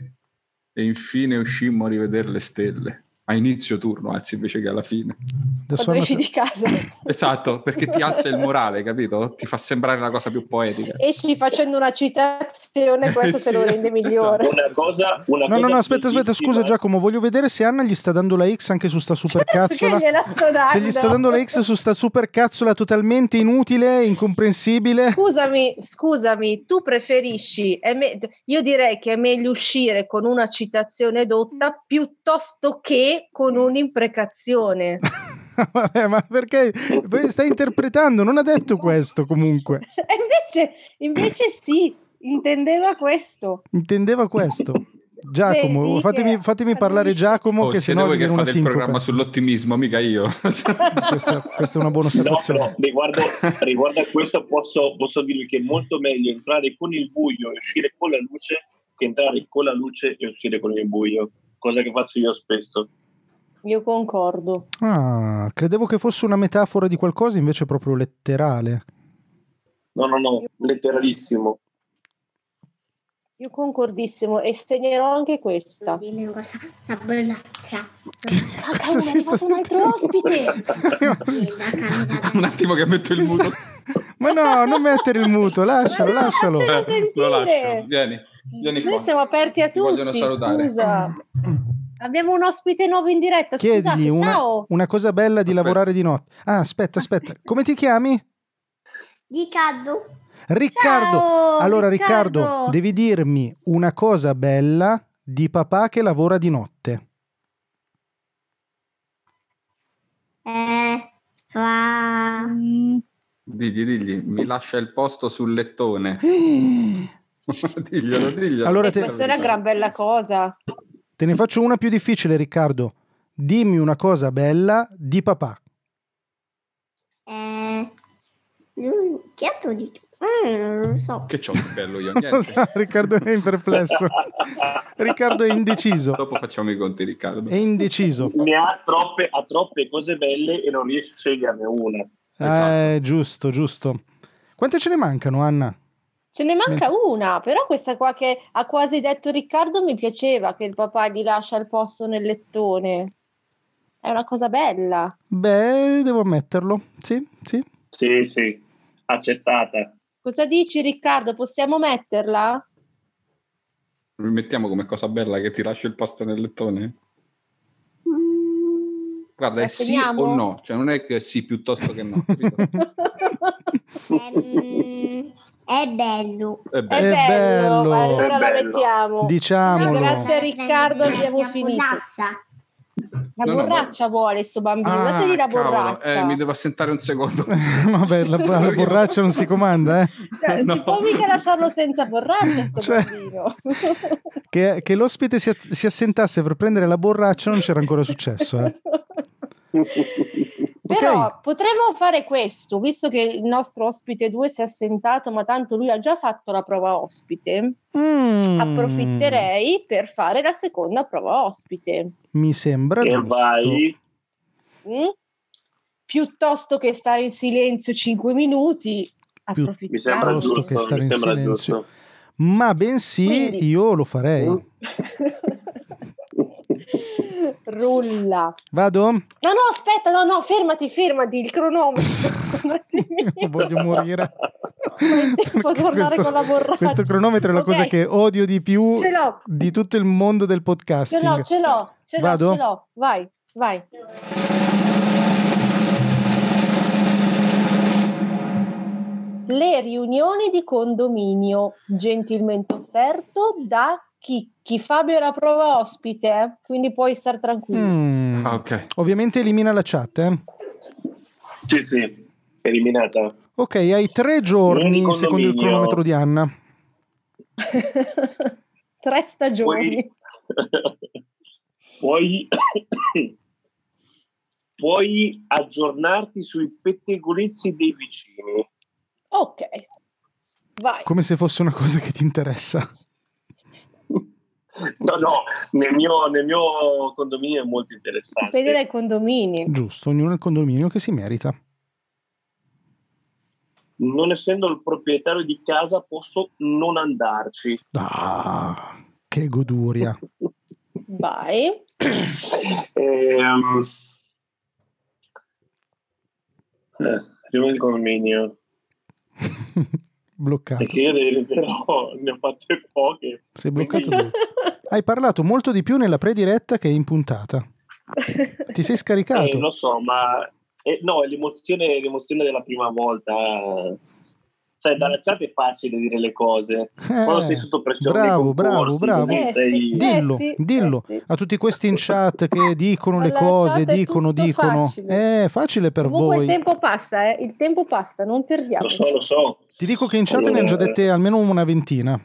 Speaker 3: e infine uscimmo a rivedere le stelle. A inizio turno, anzi, invece che alla fine.
Speaker 2: Adesso
Speaker 1: Quando esci
Speaker 2: hanno-
Speaker 1: di casa.
Speaker 3: Esatto, perché ti alza il morale, capito? Ti fa sembrare la cosa più poetica.
Speaker 1: Esci facendo una citazione, questo te
Speaker 3: [LAUGHS] Sì, esatto.
Speaker 1: lo rende migliore.
Speaker 4: Una cosa, una
Speaker 2: No, no,
Speaker 4: cosa
Speaker 2: no, aspetta, aspetta,
Speaker 4: bellissima-
Speaker 2: scusa Giacomo, voglio vedere se Anna gli sta dando la X anche su sta supercazzola.
Speaker 1: Perché Certo gliela sto dando?
Speaker 2: Se gli sta dando la X su sta supercazzola totalmente inutile,
Speaker 1: [LAUGHS]
Speaker 2: incomprensibile.
Speaker 1: Scusami, scusami, tu preferisci, è me- io direi che è meglio uscire con una citazione dotta piuttosto che con un'imprecazione. [LAUGHS]
Speaker 2: Vabbè, ma perché Poi stai interpretando? Non ha detto questo comunque.
Speaker 1: E invece, invece sì, intendeva questo.
Speaker 2: Intendeva questo. Giacomo,
Speaker 1: Vedi
Speaker 2: fatemi,
Speaker 1: che-
Speaker 2: fatemi parlare Giacomo
Speaker 3: Oh,
Speaker 2: che
Speaker 3: siete
Speaker 2: sennò
Speaker 3: voi
Speaker 2: gli
Speaker 3: che
Speaker 2: viene una
Speaker 3: fate il programma
Speaker 2: sincope.
Speaker 3: sull'ottimismo,
Speaker 1: [LAUGHS]
Speaker 3: mica io.
Speaker 2: Questa, questa è una
Speaker 3: [LAUGHS]
Speaker 2: buona
Speaker 4: No,
Speaker 2: osservazione.
Speaker 4: però
Speaker 2: [LAUGHS]
Speaker 4: riguardo, riguardo a questo posso, posso dirvi che è molto meglio entrare con il buio e uscire con la luce che entrare con la luce e uscire con il buio, cosa che faccio io spesso.
Speaker 1: Io concordo.
Speaker 2: Ah, credevo che fosse una metafora di qualcosa, invece è proprio letterale.
Speaker 4: No, no, no, letteralissimo.
Speaker 1: Io concordissimo e segnerò anche questa.
Speaker 5: Viene una cosa, una bella cazza.
Speaker 1: È
Speaker 2: [LAUGHS] Cosa si sta
Speaker 1: un altro
Speaker 2: [LAUGHS]
Speaker 1: ospite.
Speaker 5: La camera
Speaker 3: Un attimo che metto [LAUGHS] il
Speaker 2: Mi sta-
Speaker 3: muto.
Speaker 2: Ma no, non mettere il muto, lascialo,
Speaker 1: Ma no,
Speaker 2: lascialo.
Speaker 1: faccialo. sentire.
Speaker 3: Eh, Lo lascio, vieni. Vieni qua.
Speaker 1: Noi siamo aperti a
Speaker 3: Ti
Speaker 1: tutti.
Speaker 3: vogliono salutare.
Speaker 1: Scusa.
Speaker 2: [CLEARS THROAT]
Speaker 1: Abbiamo un ospite nuovo in diretta. Scusate,
Speaker 2: Chiedigli una,
Speaker 1: ciao.
Speaker 2: una cosa bella di
Speaker 3: Aspetta.
Speaker 2: lavorare di notte. Ah, aspetta, aspetta. Come ti chiami?
Speaker 5: Di caldo.
Speaker 2: Riccardo,
Speaker 6: Ciao,
Speaker 2: allora Riccardo. devi dirmi una cosa bella di papà che lavora di
Speaker 1: [GASPS]
Speaker 2: notte.
Speaker 5: Eh, fa...
Speaker 6: Mm,
Speaker 3: Digli, digli, mi lascia il posto sul
Speaker 2: [LAUGHS]
Speaker 3: lettone.
Speaker 2: Te
Speaker 3: diglielo, diglielo.
Speaker 2: Allora te-
Speaker 1: Eh, Questa è una gran bella cosa.
Speaker 2: ne faccio una più difficile, Riccardo. Dimmi una cosa bella di papà.
Speaker 5: Eh... mm, Chi ha detto? Mm, non
Speaker 2: [LAUGHS]
Speaker 5: lo so.
Speaker 3: Che c'ho di bello io?
Speaker 2: Non lo
Speaker 3: Niente.
Speaker 2: so, Riccardo è in
Speaker 3: [LAUGHS]
Speaker 2: perplesso. Riccardo è indeciso.
Speaker 3: Dopo facciamo i conti, Riccardo.
Speaker 2: È indeciso.
Speaker 4: Ne ha troppe, ha troppe cose belle e non riesce a sceglierne una.
Speaker 3: Esatto.
Speaker 2: Eh, giusto, giusto. Quante ce ne mancano, Anna?
Speaker 1: Ce ne manca una, però questa qua che ha quasi detto Riccardo mi piaceva che il papà gli lascia il posto nel lettone. È una cosa bella.
Speaker 2: Beh, devo ammetterlo. Sì,
Speaker 1: [LAUGHS]
Speaker 2: sì.
Speaker 4: Sì, sì,
Speaker 2: [LAUGHS]
Speaker 4: accettata.
Speaker 1: Cosa dici Riccardo? Possiamo metterla?
Speaker 3: Mi mettiamo come cosa bella che ti lascio il posto nel lettone?
Speaker 5: Mm,
Speaker 3: Guarda,
Speaker 1: La
Speaker 3: è sì
Speaker 1: teniamo?
Speaker 3: o no, cioè non è che è sì piuttosto
Speaker 2: [LAUGHS]
Speaker 3: che no. capito?
Speaker 5: Eh, mm, è bello.
Speaker 3: È
Speaker 1: È,
Speaker 2: Eh,
Speaker 3: bello.
Speaker 1: bello,
Speaker 2: bello.
Speaker 1: ma allora
Speaker 4: È
Speaker 1: la
Speaker 4: bello.
Speaker 1: mettiamo.
Speaker 2: Diciamolo.
Speaker 1: Grazie,
Speaker 5: Guarda,
Speaker 1: Riccardo,
Speaker 5: la-
Speaker 1: abbiamo
Speaker 5: la
Speaker 1: finito.
Speaker 5: Polassa.
Speaker 1: La
Speaker 3: No, no,
Speaker 1: borraccia vuole sto bambino,
Speaker 3: Ah,
Speaker 1: dategli la
Speaker 3: cavolo,
Speaker 1: borraccia.
Speaker 3: eh, mi devo assentare un
Speaker 2: [LAUGHS]
Speaker 3: secondo.
Speaker 2: Vabbè, [LAUGHS] la, la borraccia non si comanda, eh?
Speaker 1: Cioè,
Speaker 3: [LAUGHS] No.
Speaker 1: Non può mica lasciarlo senza borraccia sto
Speaker 2: [LAUGHS] Cioè-
Speaker 1: bambino. [LAUGHS]
Speaker 2: Che, che l'ospite si, at- si assentasse per prendere la borraccia non c'era ancora
Speaker 1: [LAUGHS]
Speaker 2: successo, eh? Ok.
Speaker 1: Però potremmo fare questo, visto che il nostro ospite 2 si è assentato, ma tanto lui ha già fatto la prova ospite,
Speaker 2: Mm.
Speaker 1: approfitterei per fare la seconda prova ospite.
Speaker 2: Mi sembra
Speaker 4: E
Speaker 2: giusto.
Speaker 4: vai.
Speaker 1: Mm? Piuttosto che stare in silenzio 5 minuti,
Speaker 4: Mi sembra
Speaker 1: approfittiamo.
Speaker 2: Piuttosto
Speaker 4: giusto.
Speaker 2: che stare
Speaker 4: mi
Speaker 2: in
Speaker 4: sembra
Speaker 2: silenzio.
Speaker 4: giusto.
Speaker 2: Ma bensì
Speaker 1: Quindi-
Speaker 2: io lo farei.
Speaker 1: [LAUGHS] Rulla.
Speaker 2: Vado?
Speaker 1: No, no, aspetta, no, no, fermati, fermati, il
Speaker 2: [LAUGHS]
Speaker 1: cronometro. Un attimino.
Speaker 2: Io voglio morire.
Speaker 1: Devo
Speaker 2: Perché
Speaker 1: tornare
Speaker 2: questo-
Speaker 1: con la borraccia.
Speaker 2: Questo cronometro è la
Speaker 1: Ok,
Speaker 2: cosa che odio di più
Speaker 1: Ce l'ho,
Speaker 2: di tutto il mondo del
Speaker 1: ce
Speaker 2: podcasting.
Speaker 1: l'ho, ce l'ho, ce l'ho,
Speaker 2: Vado?
Speaker 1: ce l'ho. Vai, vai. Le riunioni di condominio gentilmente offerto da Chicchi. Fabio è la prova ospite, eh, quindi puoi star tranquillo.
Speaker 2: Mm.
Speaker 3: Ah, ok.
Speaker 2: Ovviamente elimina la chat. eh.
Speaker 4: Sì, sì, eliminata.
Speaker 2: Ok, hai tre giorni
Speaker 4: Vieni
Speaker 2: secondo il
Speaker 4: condominio.
Speaker 2: cronometro di Anna.
Speaker 1: [LAUGHS] Tre stagioni.
Speaker 4: Puoi... [LAUGHS] puoi... [COUGHS] puoi aggiornarti sui pettegolezzi dei vicini. [LAUGHS]
Speaker 1: Ok, vai.
Speaker 2: Come se fosse una cosa che ti interessa.
Speaker 4: No, no, nel mio, nel mio condominio è molto interessante.
Speaker 1: Vedere i condomini.
Speaker 2: Giusto, ognuno il condominio che si merita.
Speaker 4: Non essendo il proprietario di casa posso non andarci.
Speaker 2: Ah, che goduria. [LAUGHS]
Speaker 1: Vai.
Speaker 4: [COUGHS] Ehm... eh, prima il condominio.
Speaker 2: bloccato.
Speaker 4: Perché io ne- però [LAUGHS] ne ho fatte poche. Eh,
Speaker 2: Sei
Speaker 1: [LAUGHS]
Speaker 2: bloccato tu. Hai parlato molto di più nella prediretta che in puntata. Ti sei
Speaker 4: Eh,
Speaker 2: scaricato.
Speaker 4: lo so, ma eh, no, è l'emozione, l'emozione della prima volta. Sai, dalla chat è facile dire le cose. Quando
Speaker 2: Eh,
Speaker 4: sei sotto pressione,
Speaker 2: bravo,
Speaker 4: dei concorsi,
Speaker 2: bravo, bravo.
Speaker 4: così sei-
Speaker 1: Eh,
Speaker 2: Dillo,
Speaker 1: sì,
Speaker 2: dillo.
Speaker 1: eh, sì.
Speaker 2: A tutti questi in chat
Speaker 1: [LAUGHS]
Speaker 2: che dicono le
Speaker 1: Alla
Speaker 2: cose,
Speaker 1: chat è
Speaker 2: dicono,
Speaker 1: tutto
Speaker 2: dicono.
Speaker 1: facile.
Speaker 2: Eh, facile per
Speaker 1: Comunque
Speaker 2: voi.
Speaker 1: il tempo passa, eh, il tempo passa, non perdiamo.
Speaker 4: Lo so, lo so.
Speaker 2: Ti dico che in chat ne ho già
Speaker 4: Eh.
Speaker 2: dette almeno una ventina.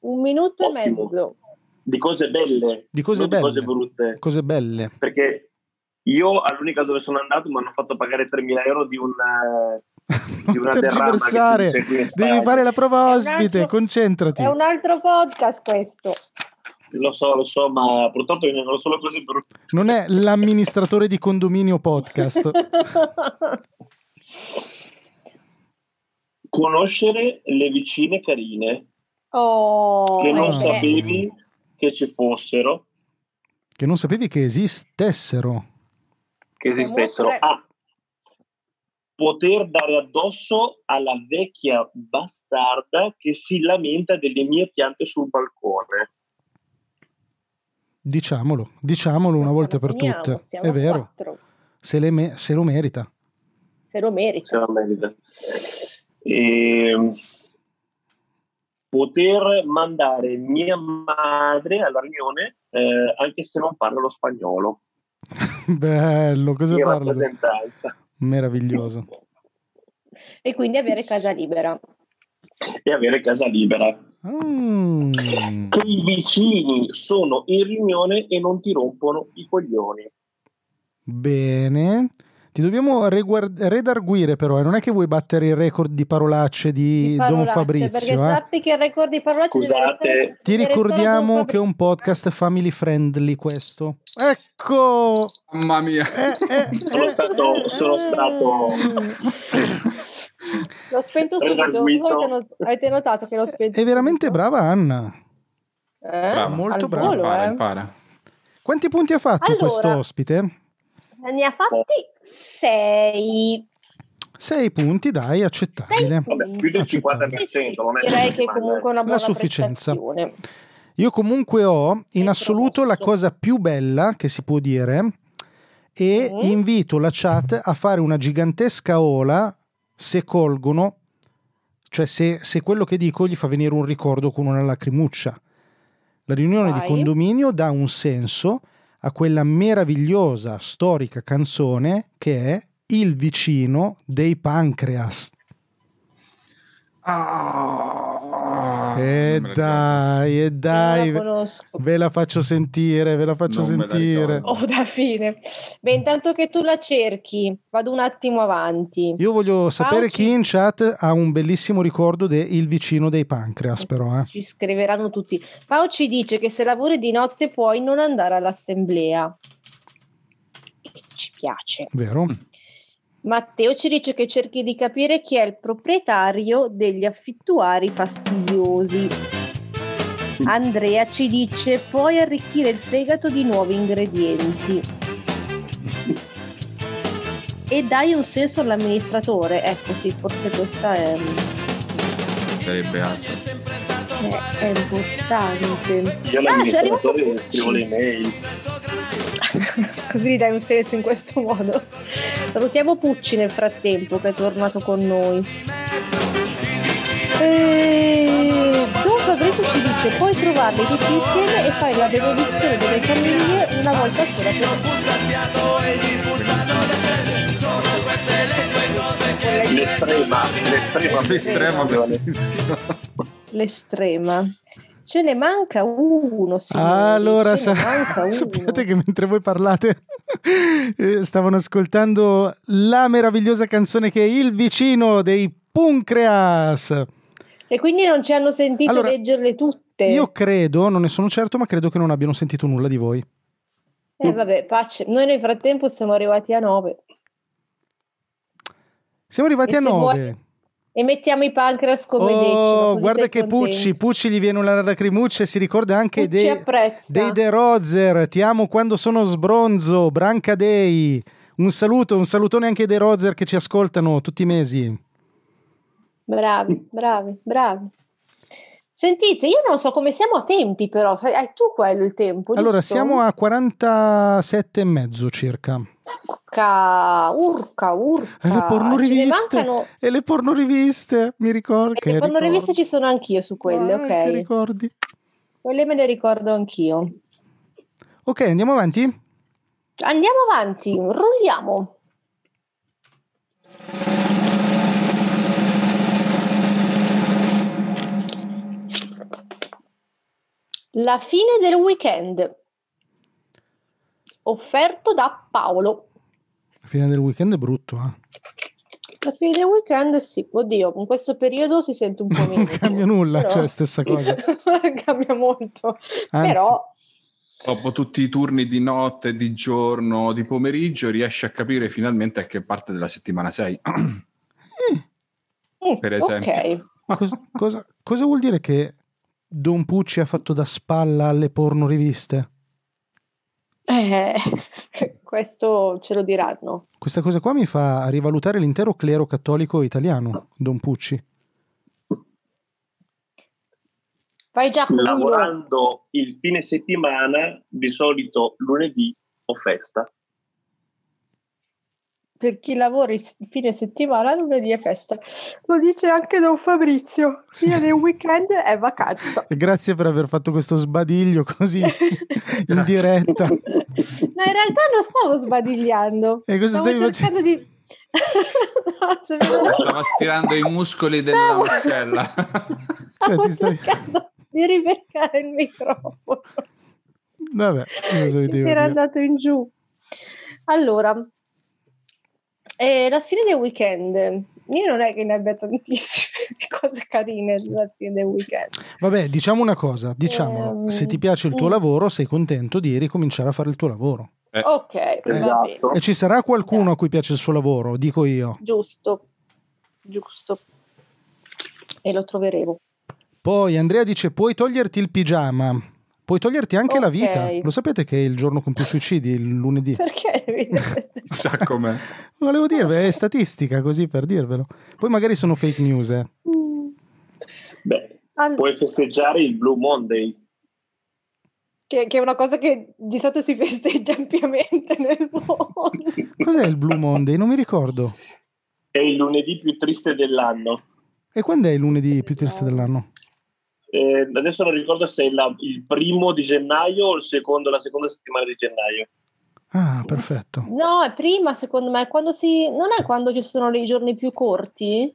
Speaker 1: Un minuto e
Speaker 4: Ottimo.
Speaker 1: mezzo.
Speaker 4: Di cose belle,
Speaker 2: Di cose
Speaker 4: non
Speaker 2: belle.
Speaker 4: di cose brutte.
Speaker 2: Cose belle.
Speaker 4: Perché io all'unica dove sono andato mi hanno fatto pagare 3.000 euro di una, di
Speaker 2: Non
Speaker 4: una derrama. che
Speaker 2: tergiversare.
Speaker 4: c'è qui in Spagna.
Speaker 2: Devi fare la prova
Speaker 1: È un
Speaker 2: ospite,
Speaker 1: altro-
Speaker 2: concentrati.
Speaker 1: È un altro podcast questo.
Speaker 4: Lo so, lo so, ma purtroppo vengono solo cose brutte.
Speaker 2: [LAUGHS] Non è l'amministratore di condominio podcast.
Speaker 4: Conoscere le vicine carine
Speaker 1: [LAUGHS] oh,
Speaker 4: che non
Speaker 1: eh,
Speaker 4: sapevi che ci fossero,
Speaker 2: Che non sapevi che esistessero.
Speaker 4: che esistessero.
Speaker 1: Comunque-
Speaker 4: Ah, poter dare addosso alla vecchia bastarda che si lamenta delle mie piante sul balcone.
Speaker 2: Diciamolo, diciamolo una volta per
Speaker 1: Segniamo,
Speaker 2: tutte.
Speaker 1: siamo
Speaker 2: È
Speaker 1: a
Speaker 2: vero,
Speaker 1: quattro.
Speaker 2: se, le me- se lo merita. [LAUGHS]
Speaker 1: Se lo merita.
Speaker 4: Se la merita. Ehm, poter mandare mia madre alla riunione eh, anche se non parla lo spagnolo
Speaker 2: Bello, cosa
Speaker 4: in
Speaker 2: parla?
Speaker 4: rappresentanza
Speaker 2: Meraviglioso.
Speaker 1: E quindi avere casa libera.
Speaker 4: e avere casa libera.
Speaker 2: Mm.
Speaker 4: Che i vicini sono in riunione e non ti rompono i coglioni.
Speaker 2: Bene. Ti dobbiamo reguard- redarguire però, eh, non è che vuoi battere il record di parolacce di,
Speaker 1: Di parolacce,
Speaker 2: Don
Speaker 1: Perché
Speaker 2: Fabrizio. eh.
Speaker 1: sappi che il record di parolacce deve essere-
Speaker 4: Scusate,
Speaker 2: Ti
Speaker 1: deve essere Don
Speaker 2: ricordiamo
Speaker 1: Fabrizio.
Speaker 2: che è un podcast family friendly questo. Ecco!
Speaker 3: Mamma mia.
Speaker 2: Eh, eh,
Speaker 4: Sono
Speaker 2: eh,
Speaker 4: stato-
Speaker 2: eh,
Speaker 4: sono
Speaker 2: eh.
Speaker 1: Mm. L'ho spento subito.
Speaker 4: Redarguito.
Speaker 1: Cosa avete, not- avete notato che l'ho spento?
Speaker 2: eh. È veramente
Speaker 1: subito?
Speaker 2: brava Anna.
Speaker 1: Eh?
Speaker 3: Brava.
Speaker 2: Molto
Speaker 1: Al
Speaker 2: brava.
Speaker 1: volo,
Speaker 3: impara,
Speaker 1: eh.
Speaker 3: impara.
Speaker 2: Quanti punti ha fatto
Speaker 1: Allora.
Speaker 2: questo ospite?
Speaker 1: Ne ha fatti 6.
Speaker 2: Sei punti, dai, accettabile.
Speaker 4: Vabbè, più del
Speaker 2: Accettabile.
Speaker 4: 50%. non è
Speaker 1: Direi che
Speaker 4: male.
Speaker 1: comunque è una buona
Speaker 2: sufficienza.
Speaker 1: prestazione.
Speaker 2: Io comunque ho in
Speaker 1: Hai
Speaker 2: assoluto la
Speaker 1: prodotto.
Speaker 2: cosa più bella che si può dire e
Speaker 1: Mm.
Speaker 2: invito la chat a fare una gigantesca ola se colgono, cioè se, se quello che dico gli fa venire un ricordo con una lacrimuccia. La riunione di
Speaker 1: Vai.
Speaker 2: condominio dà un senso a quella meravigliosa, storica canzone che è Il vicino dei pancreas.
Speaker 3: Ah,
Speaker 2: e
Speaker 3: non
Speaker 2: Eh,
Speaker 3: me la
Speaker 2: dai, e dai.
Speaker 1: Non la conosco.
Speaker 2: Ve la faccio sentire, ve la faccio
Speaker 3: Non me la
Speaker 2: sentire.
Speaker 3: ricordo.
Speaker 1: [LAUGHS] Oh, da fine. Beh, intanto che tu la cerchi, vado un attimo avanti.
Speaker 2: Io voglio sapere
Speaker 1: Fauci.
Speaker 2: chi in chat ha un bellissimo ricordo de Il vicino dei pancreas, però. eh.
Speaker 1: Ci scriveranno tutti. Pao ci dice che se lavori di notte puoi non andare all'assemblea. Che Ci piace.
Speaker 3: Mm.
Speaker 2: Vero?
Speaker 1: Matteo ci dice che cerchi di capire chi è il proprietario degli affittuari fastidiosi. Andrea ci dice puoi arricchire il fegato di nuovi ingredienti. E dai un senso all'amministratore. Ecco sì, forse questa è,
Speaker 3: Sarebbe altro.
Speaker 1: è- è importante.
Speaker 4: Io
Speaker 1: Ah, c'è
Speaker 4: l'amministratore
Speaker 1: arrivato
Speaker 4: scrivo le mail.
Speaker 1: [LAUGHS] Così gli dai un senso in questo modo. Salutiamo Pucci nel frattempo che è tornato con noi. E... Don Fabrizio ci dice puoi trovarli tutti insieme e fai la demolizione delle famiglie una volta sola per
Speaker 4: L'estrema, l'estrema,
Speaker 3: L'estrema
Speaker 2: Eh,
Speaker 4: versione.
Speaker 3: benedizione.
Speaker 1: l'estrema. Ce ne manca uno, signori,
Speaker 2: allora,
Speaker 1: ce ne
Speaker 2: sa- [LAUGHS]
Speaker 1: manca uno.
Speaker 2: sappiate che mentre voi parlate [LAUGHS] eh, stavano ascoltando la meravigliosa canzone che è Il vicino dei pancreas.
Speaker 1: E quindi non ci hanno sentito
Speaker 2: Allora,
Speaker 1: leggerle tutte.
Speaker 2: Io credo, non ne sono certo, ma credo che non abbiano sentito nulla di voi.
Speaker 1: Eh vabbè, pace. Noi nel frattempo siamo arrivati a 9.
Speaker 2: Siamo arrivati
Speaker 1: E
Speaker 2: a
Speaker 1: se vuoi-
Speaker 2: 9.
Speaker 1: E mettiamo i pancreas come decimo. così
Speaker 2: Oh, guarda
Speaker 1: sei
Speaker 2: che
Speaker 1: contento.
Speaker 2: Pucci, Pucci gli viene una lacrimuccia e si ricorda anche
Speaker 1: Pucci
Speaker 2: dei,
Speaker 1: apprezza.
Speaker 2: dei De Rozer, ti amo quando sono sbronzo, Branca Dei, un saluto, un salutone anche ai De Rozer che ci ascoltano tutti i mesi. [LAUGHS]
Speaker 1: Bravi, bravi, bravi. Sentite, io non so come siamo a tempi però, sai- hai tu quello il tempo.
Speaker 2: Allora,
Speaker 1: giusto?
Speaker 2: siamo a 47 e mezzo circa.
Speaker 1: Urca, urca, urca.
Speaker 2: E le pornoriviste.
Speaker 1: Ce ne mancano...
Speaker 2: E le pornoriviste, mi ricordo.
Speaker 1: E le pornoriviste ci sono anch'io su quelle,
Speaker 2: Che
Speaker 1: ok?
Speaker 2: ricordi.
Speaker 1: Quelle me le ricordo anch'io.
Speaker 2: Ok, andiamo avanti?
Speaker 1: Andiamo avanti, rulliamo. La fine del weekend. Offerto da Paolo.
Speaker 2: La fine del weekend è brutto, eh.
Speaker 1: La fine del weekend, sì, oddio, in questo periodo si sente un po' meno.
Speaker 2: Non cambia nulla,
Speaker 1: Però-
Speaker 2: cioè,
Speaker 1: [LAUGHS]
Speaker 2: stessa cosa.
Speaker 1: cambia molto.
Speaker 2: Anzi.
Speaker 1: Però
Speaker 3: [LAUGHS] Dopo tutti i turni di notte, di giorno, di pomeriggio, riesci a capire finalmente a che parte della
Speaker 2: [COUGHS]
Speaker 3: settimana sei.
Speaker 1: mm,
Speaker 3: Per esempio.
Speaker 1: Ok.
Speaker 2: Cos- cosa, cosa vuol dire che Don Pucci ha fatto da spalla alle pornoriviste?
Speaker 1: Eh, [LAUGHS] questo ce lo diranno.
Speaker 2: Questa cosa qua mi fa rivalutare l'intero clero cattolico italiano, Don Pucci.
Speaker 1: Vai già con uno.
Speaker 4: Lavorando il fine settimana, di solito lunedì ho festa.
Speaker 1: per chi lavora il s- fine settimana, lunedì è festa. Lo dice anche Don Fabrizio.
Speaker 2: Sì.
Speaker 1: Io nel weekend è vacanza.
Speaker 2: E Grazie per aver fatto questo
Speaker 1: [LAUGHS]
Speaker 2: sbadiglio così in
Speaker 3: Grazie.
Speaker 2: diretta.
Speaker 1: No, in realtà non stavo sbadigliando.
Speaker 2: E cosa
Speaker 1: stavo
Speaker 2: stavi
Speaker 1: cercando di... [LAUGHS] no, se mi
Speaker 3: Stava stirando i muscoli della
Speaker 1: Stavo-
Speaker 3: mascella. [LAUGHS]
Speaker 2: Cioè, ti
Speaker 1: stavo
Speaker 2: stai-
Speaker 1: [LAUGHS] cercando di ribeccare il microfono.
Speaker 2: Vabbè, non so
Speaker 1: [LAUGHS]
Speaker 2: che ti
Speaker 1: che
Speaker 2: devo
Speaker 1: era
Speaker 2: dire.
Speaker 1: andato in giù. Allora, eh, la fine del weekend. Io non è che ne abbia tantissime [LAUGHS] di cose carine della fine del weekend.
Speaker 2: Vabbè, diciamo una cosa, diciamolo,
Speaker 1: Ehm,
Speaker 2: se ti piace il tuo
Speaker 1: mm.
Speaker 2: lavoro sei contento di ricominciare a fare il tuo lavoro.
Speaker 1: Ok, va bene.
Speaker 4: Esatto.
Speaker 2: E ci sarà qualcuno a cui piace il suo lavoro, dico io.
Speaker 1: Giusto, giusto. E lo troveremo.
Speaker 2: Poi Andrea dice puoi toglierti il pigiama, puoi toglierti anche la
Speaker 1: Ok.
Speaker 2: vita. Lo sapete che è il giorno con più suicidi, il lunedì?
Speaker 1: Perché [LAUGHS] mi dite queste
Speaker 3: Sa com'è.
Speaker 2: [LAUGHS] Volevo dirvelo, è statistica così per dirvelo. Poi magari sono fake news, eh.
Speaker 4: Beh,
Speaker 1: All-
Speaker 4: puoi festeggiare il Blue Monday.
Speaker 1: che, che è una cosa che di solito si festeggia [LAUGHS] ampiamente nel mondo.
Speaker 2: Cos'è il Blue Monday? Non mi ricordo.
Speaker 4: È il lunedì più triste dell'anno.
Speaker 2: E quando è il lunedì più triste dell'anno?
Speaker 4: Eh, adesso non ricordo se è la- il primo di gennaio o il secondo, la seconda settimana di gennaio.
Speaker 2: Ah, perfetto.
Speaker 1: No, è prima, secondo me, quando si... non è quando ci sono i giorni più corti?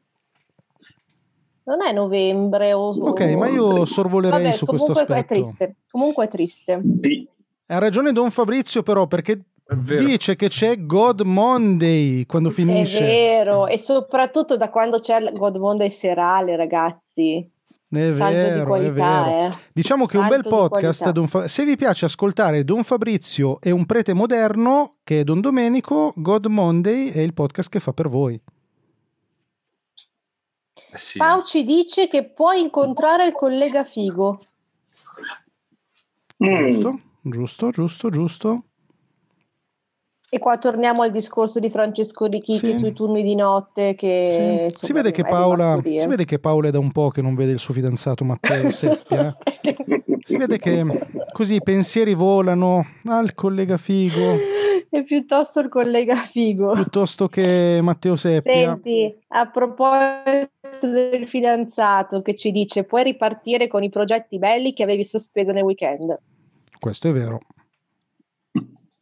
Speaker 1: Non è novembre o...
Speaker 2: Ok, ma io sorvolerei
Speaker 1: Vabbè,
Speaker 2: su questo
Speaker 1: comunque
Speaker 2: aspetto.
Speaker 1: è triste, comunque è triste.
Speaker 4: Di-
Speaker 2: Ha ragione Don Fabrizio però perché
Speaker 3: È vero.
Speaker 2: dice che c'è God Monday quando
Speaker 1: È
Speaker 2: finisce.
Speaker 1: vero, e soprattutto da quando c'è il God Monday serale, ragazzi.
Speaker 2: È
Speaker 1: Salto di
Speaker 2: vero, è
Speaker 1: qualità,
Speaker 2: vero.
Speaker 1: eh.
Speaker 2: Diciamo che un bel
Speaker 1: Salto di
Speaker 2: podcast,
Speaker 1: qualità.
Speaker 2: Don Fa- se vi piace ascoltare Don Fabrizio e un prete moderno, che è Don Domenico, God Monday è il podcast che fa per voi.
Speaker 3: Eh Sì.
Speaker 1: Pau ci dice che puoi incontrare il collega Figo.
Speaker 4: Mm.
Speaker 2: Giusto? Giusto, giusto, giusto.
Speaker 1: E qua torniamo al discorso di Francesco Ricchitti
Speaker 2: Sì.
Speaker 1: sui turni di notte che...
Speaker 2: Sì.
Speaker 1: Eh, insomma,
Speaker 2: Si, vede che
Speaker 1: è eh. di
Speaker 2: Paola,
Speaker 1: fattorie.
Speaker 2: si vede che Paola è da un po' che non vede il suo
Speaker 1: [LAUGHS]
Speaker 2: fidanzato Matteo Seppia. Si vede che mm,
Speaker 4: [LAUGHS]
Speaker 2: così i pensieri volano al collega Figo
Speaker 1: E piuttosto il collega Figo.
Speaker 2: piuttosto che Matteo Seppia.
Speaker 1: Senti, a proposito del fidanzato che ci dice puoi ripartire con i progetti belli che avevi sospeso nel weekend.
Speaker 2: Questo è vero.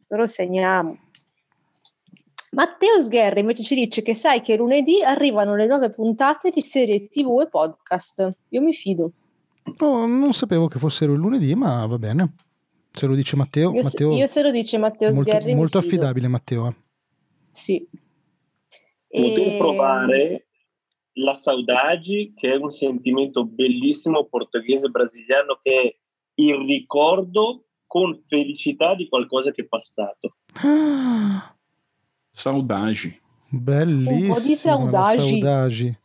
Speaker 1: Se lo segniamo. Matteo Sgherri invece ci dice che sai che lunedì arrivano le nuove puntate di serie TV e podcast. Io mi fido.
Speaker 2: No, Oh, non sapevo che fossero il lunedì, ma va bene. Se lo dice Matteo,
Speaker 1: Io, se-
Speaker 2: Matteo
Speaker 1: io se lo dice Matteo Sgherri
Speaker 2: molto,
Speaker 1: mi
Speaker 2: molto
Speaker 1: fido.
Speaker 2: affidabile Matteo. eh.
Speaker 1: Sì.
Speaker 4: Poter
Speaker 1: E-
Speaker 4: provare la saudade, che è un sentimento bellissimo portoghese-brasiliano, che è il ricordo con felicità di qualcosa che è passato.
Speaker 2: Ah,
Speaker 3: Saudagi.
Speaker 2: Bellissimo.
Speaker 1: Un po' di
Speaker 2: La
Speaker 1: saudagi.
Speaker 2: saudagi.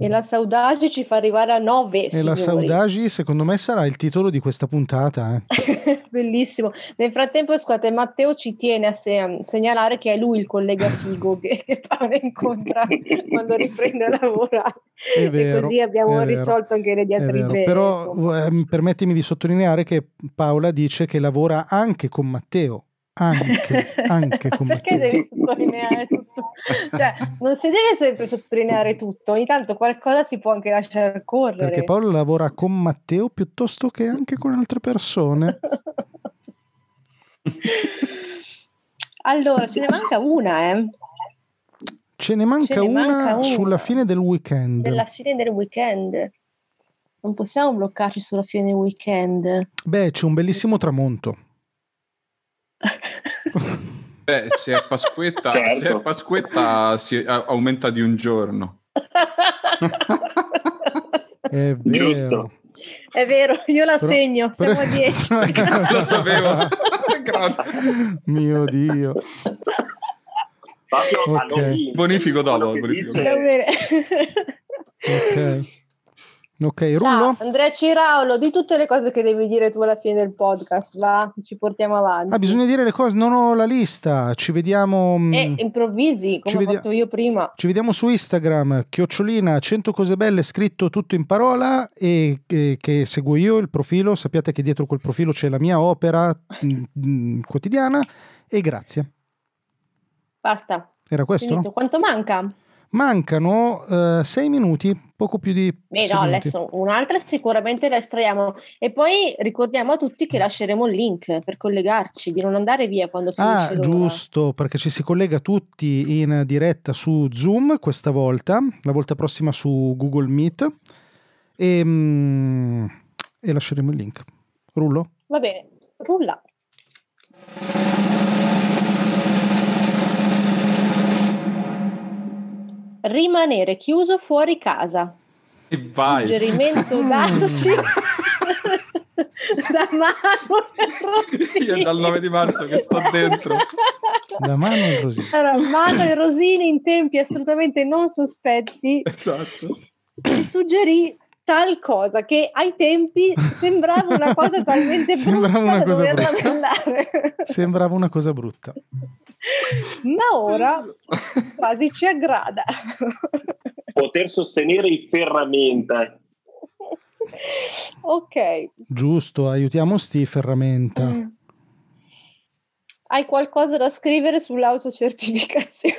Speaker 1: E la saudage ci fa arrivare a 9.
Speaker 2: E la saudagi secondo me sarà il titolo di questa puntata. eh.
Speaker 1: [LAUGHS] Bellissimo. Nel frattempo, scusate, Matteo ci tiene a se- segnalare che è lui il collega figo che, [LAUGHS] che Paolo
Speaker 2: [LAUGHS]
Speaker 1: incontra quando riprende a lavorare.
Speaker 2: È vero,
Speaker 1: e così abbiamo
Speaker 2: è vero,
Speaker 1: risolto anche le
Speaker 2: È vero.
Speaker 1: diatribe. insomma.
Speaker 2: Però ehm, permettimi di sottolineare che Paola dice che lavora anche con Matteo.
Speaker 1: [LAUGHS]
Speaker 2: Anche, anche con
Speaker 1: Perché
Speaker 2: Matteo.
Speaker 1: devi sottolineare tutto? Cioè, non si deve sempre sottolineare tutto, ogni tanto qualcosa si può anche lasciare correre.
Speaker 2: Perché Paola lavora con Matteo piuttosto che anche con altre persone.
Speaker 1: [LAUGHS] Allora, ce ne manca una, eh,
Speaker 2: Ce ne manca,
Speaker 1: Ce ne
Speaker 2: una,
Speaker 1: manca una.
Speaker 2: sulla fine del weekend.
Speaker 1: della fine del weekend. Non possiamo bloccarci sulla fine del weekend.
Speaker 2: [LAUGHS] Beh, c'è un bellissimo tramonto. [LAUGHS]
Speaker 3: Beh, se è Pasquetta,
Speaker 4: Certo.
Speaker 3: se è Pasquetta si a- aumenta di un giorno. [LAUGHS]
Speaker 2: È vero.
Speaker 4: Giusto.
Speaker 1: È vero, io la
Speaker 2: Però-
Speaker 1: segno, siamo
Speaker 2: però-
Speaker 1: a 10.
Speaker 2: [LAUGHS]
Speaker 3: Lo sapevo. Grazie.
Speaker 2: Mio Dio.
Speaker 4: [LAUGHS] Fabio
Speaker 2: Ok.
Speaker 4: Aloni,
Speaker 3: Bonifico dopo,
Speaker 4: quello che
Speaker 3: bonifico.
Speaker 4: dice-
Speaker 1: Va bene.
Speaker 2: Ok. Ok,
Speaker 1: Ciao,
Speaker 2: Rullo?
Speaker 1: Andrea Ciraulo, di tutte le cose che devi dire tu alla fine del podcast, va, ci portiamo avanti.
Speaker 2: Ah, bisogna dire le cose, non ho la lista. Ci vediamo mh,
Speaker 1: E improvvisi,
Speaker 2: Mm. Ci
Speaker 1: come ho
Speaker 2: vediamo-
Speaker 1: fatto io prima.
Speaker 2: ci vediamo su Instagram, chiocciolina 100 cose belle scritto tutto in parola e che, che seguo io il profilo, sappiate che dietro quel profilo c'è la mia mm, opera mh, mh, quotidiana e grazie.
Speaker 1: Basta.
Speaker 2: Era questo?
Speaker 1: Finito. Quanto manca?
Speaker 2: Mancano 6 minuti, poco più di...
Speaker 1: Beh,
Speaker 2: sei
Speaker 1: no,
Speaker 2: minuti.
Speaker 1: adesso un'altra sicuramente la estraiamo e poi ricordiamo a tutti
Speaker 2: Mm.
Speaker 1: che lasceremo il link per collegarci, di non andare via quando finisce
Speaker 2: Ah,
Speaker 1: l'ora.
Speaker 2: giusto, perché ci si collega tutti in diretta su Zoom questa volta, la volta prossima su Google Meet e, mm, e lasceremo il link. Rullo?
Speaker 1: Va bene, rulla. Rimanere chiuso fuori casa.
Speaker 3: E vai. [LAUGHS]
Speaker 1: Suggerimento datoci da Manuel Rosini.
Speaker 3: Io è dal 9 di marzo che sto dentro.
Speaker 2: Da Manuel Rosini.
Speaker 1: Allora, Manuel Rosini in tempi assolutamente non sospetti
Speaker 3: Esatto.
Speaker 1: ci suggerì tal cosa che ai tempi sembrava una cosa talmente
Speaker 2: [LAUGHS] Sembrava
Speaker 1: brutta
Speaker 2: una
Speaker 1: da
Speaker 2: cosa
Speaker 1: doverla
Speaker 2: brutta.
Speaker 1: bellare.
Speaker 2: Sembrava una cosa brutta.
Speaker 1: Ma ora quasi ci aggrada.
Speaker 4: Poter sostenere i ferramenta. [LAUGHS]
Speaker 1: ok.
Speaker 2: Giusto, aiutiamo sti ferramenta.
Speaker 1: Mm. Hai qualcosa da scrivere sull'autocertificazione?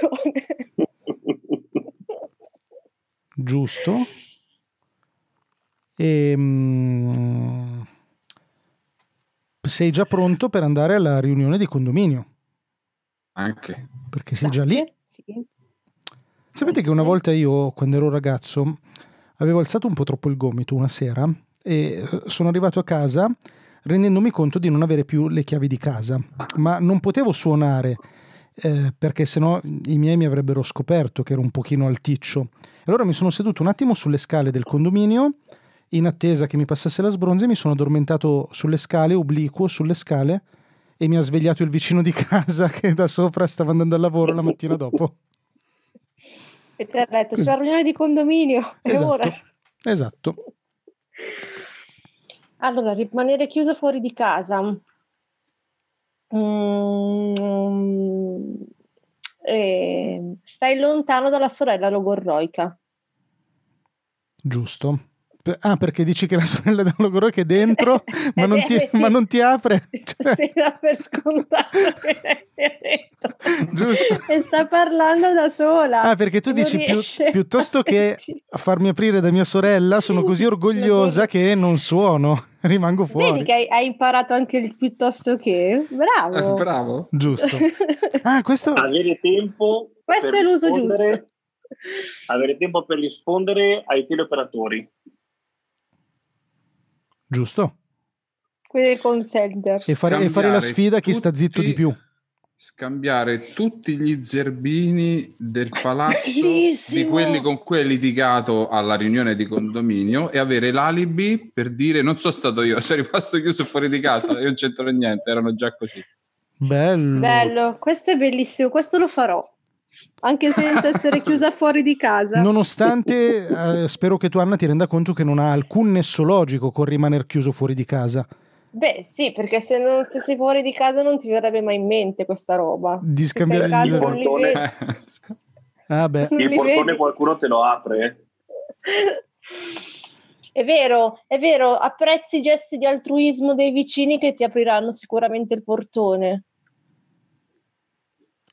Speaker 2: Giusto. E, mm, sei già pronto per andare alla riunione di condominio,
Speaker 3: Anche.
Speaker 2: perché [LAUGHS] sei già lì.
Speaker 1: Sì.
Speaker 2: Sapete che una volta io, quando ero ragazzo, avevo alzato un po' troppo il gomito una sera e eh, sono arrivato a casa rendendomi conto di non avere più le chiavi di casa, ma non potevo suonare eh, perché sennò i miei mi avrebbero scoperto che ero un pochino alticcio. Allora mi sono seduto un attimo sulle scale del condominio in attesa che mi passasse la sbronza e mi sono addormentato sulle scale, obliquo sulle scale e mi ha svegliato il vicino di [LAUGHS] casa che da sopra stava andando al lavoro la mattina dopo.
Speaker 1: E ti ha detto, c'è la riunione di condominio. E
Speaker 2: Esatto.
Speaker 1: ora?
Speaker 2: Esatto.
Speaker 1: Allora, rimanere chiuso fuori di casa. Mm, eh, stai lontano dalla sorella logorroica.
Speaker 2: Giusto. Per- Ah, perché dici che la sorella del logoro che
Speaker 1: [LAUGHS]
Speaker 2: è dentro, ma,
Speaker 1: Eh,
Speaker 2: non ti,
Speaker 1: eh, sì.
Speaker 2: ma non
Speaker 1: [LAUGHS]
Speaker 2: ti apre. Cioè,
Speaker 1: Si dà per
Speaker 2: [LAUGHS]
Speaker 1: scontato che lei sia dentro.
Speaker 2: Giusto.
Speaker 1: [LAUGHS] E sta parlando da sola.
Speaker 2: ah, perché tu
Speaker 1: Non
Speaker 2: dici più-
Speaker 1: riesce
Speaker 2: piuttosto
Speaker 1: a [LAUGHS]
Speaker 2: che
Speaker 1: sentire.
Speaker 2: a farmi aprire da mia sorella, sono così orgogliosa che non suono, [LAUGHS] rimango
Speaker 1: Vedi
Speaker 2: fuori.
Speaker 1: che hai, hai imparato anche il piuttosto che.
Speaker 2: Eh,
Speaker 1: Bravo.
Speaker 3: Bravo.
Speaker 2: Giusto. Ah, questo
Speaker 4: Avere tempo.
Speaker 1: [LAUGHS] Questo
Speaker 4: per
Speaker 1: è l'uso
Speaker 4: rispondere-
Speaker 1: giusto.
Speaker 4: Avere tempo per rispondere ai teleoperatori.
Speaker 2: giusto.
Speaker 1: Quindi consente.
Speaker 2: E fare, e fare la sfida a chi sta zitto di
Speaker 3: tutti-
Speaker 2: più.
Speaker 3: Scambiare tutti gli zerbini del palazzo
Speaker 1: Ah, Bellissimo!
Speaker 3: di quelli con cui hai litigato alla riunione di condominio e avere l'alibi per dire non sono stato io, [LAUGHS] sono rimasto chiuso fuori di casa, io non c'entro niente, erano già così.
Speaker 2: Bello.
Speaker 1: Bello, questo è bellissimo, questo lo farò. Anche senza essere
Speaker 2: [LAUGHS]
Speaker 1: chiusa fuori di casa.
Speaker 2: Nonostante eh, spero che tu Anna ti renda conto che non ha alcun nesso logico con rimanere chiuso fuori di casa.
Speaker 1: Beh, sì, perché se non se sei fuori di casa non ti verrebbe mai in mente questa roba.
Speaker 2: Di
Speaker 1: Se sei
Speaker 2: scambiare
Speaker 1: a casa
Speaker 2: il-
Speaker 1: non li
Speaker 4: portone.
Speaker 1: vedi.
Speaker 2: Ah, beh.
Speaker 1: Non
Speaker 4: Il
Speaker 1: li
Speaker 4: portone
Speaker 1: vedi.
Speaker 4: qualcuno te lo apre. eh.
Speaker 1: È vero, è vero, apprezzi i gesti di altruismo dei vicini che ti apriranno sicuramente il portone.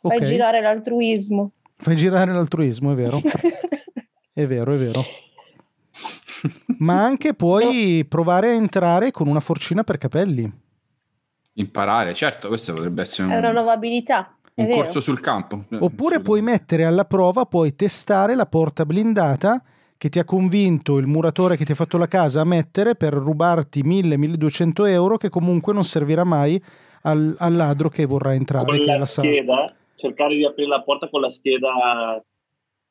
Speaker 1: Fai
Speaker 2: Ok.
Speaker 1: girare l'altruismo.
Speaker 2: Fai girare l'altruismo, è vero. È vero, è vero. Ma anche puoi provare a entrare con una forcina per capelli.
Speaker 3: [LAUGHS] Imparare, certo, questo potrebbe essere
Speaker 1: [LAUGHS] è una
Speaker 3: un,
Speaker 1: nuova abilità. È
Speaker 3: un
Speaker 1: vero.
Speaker 3: corso sul campo. Eh,
Speaker 2: Oppure
Speaker 3: assolutamente.
Speaker 2: puoi mettere alla prova, puoi testare la porta blindata che ti ha convinto il muratore che ti ha fatto la casa a mettere per rubarti 1000-1200 euro che comunque non servirà mai al, al ladro che vorrà entrare.
Speaker 4: con
Speaker 2: Che
Speaker 4: la
Speaker 2: la sa.
Speaker 4: scheda, cercare di aprire la porta con la scheda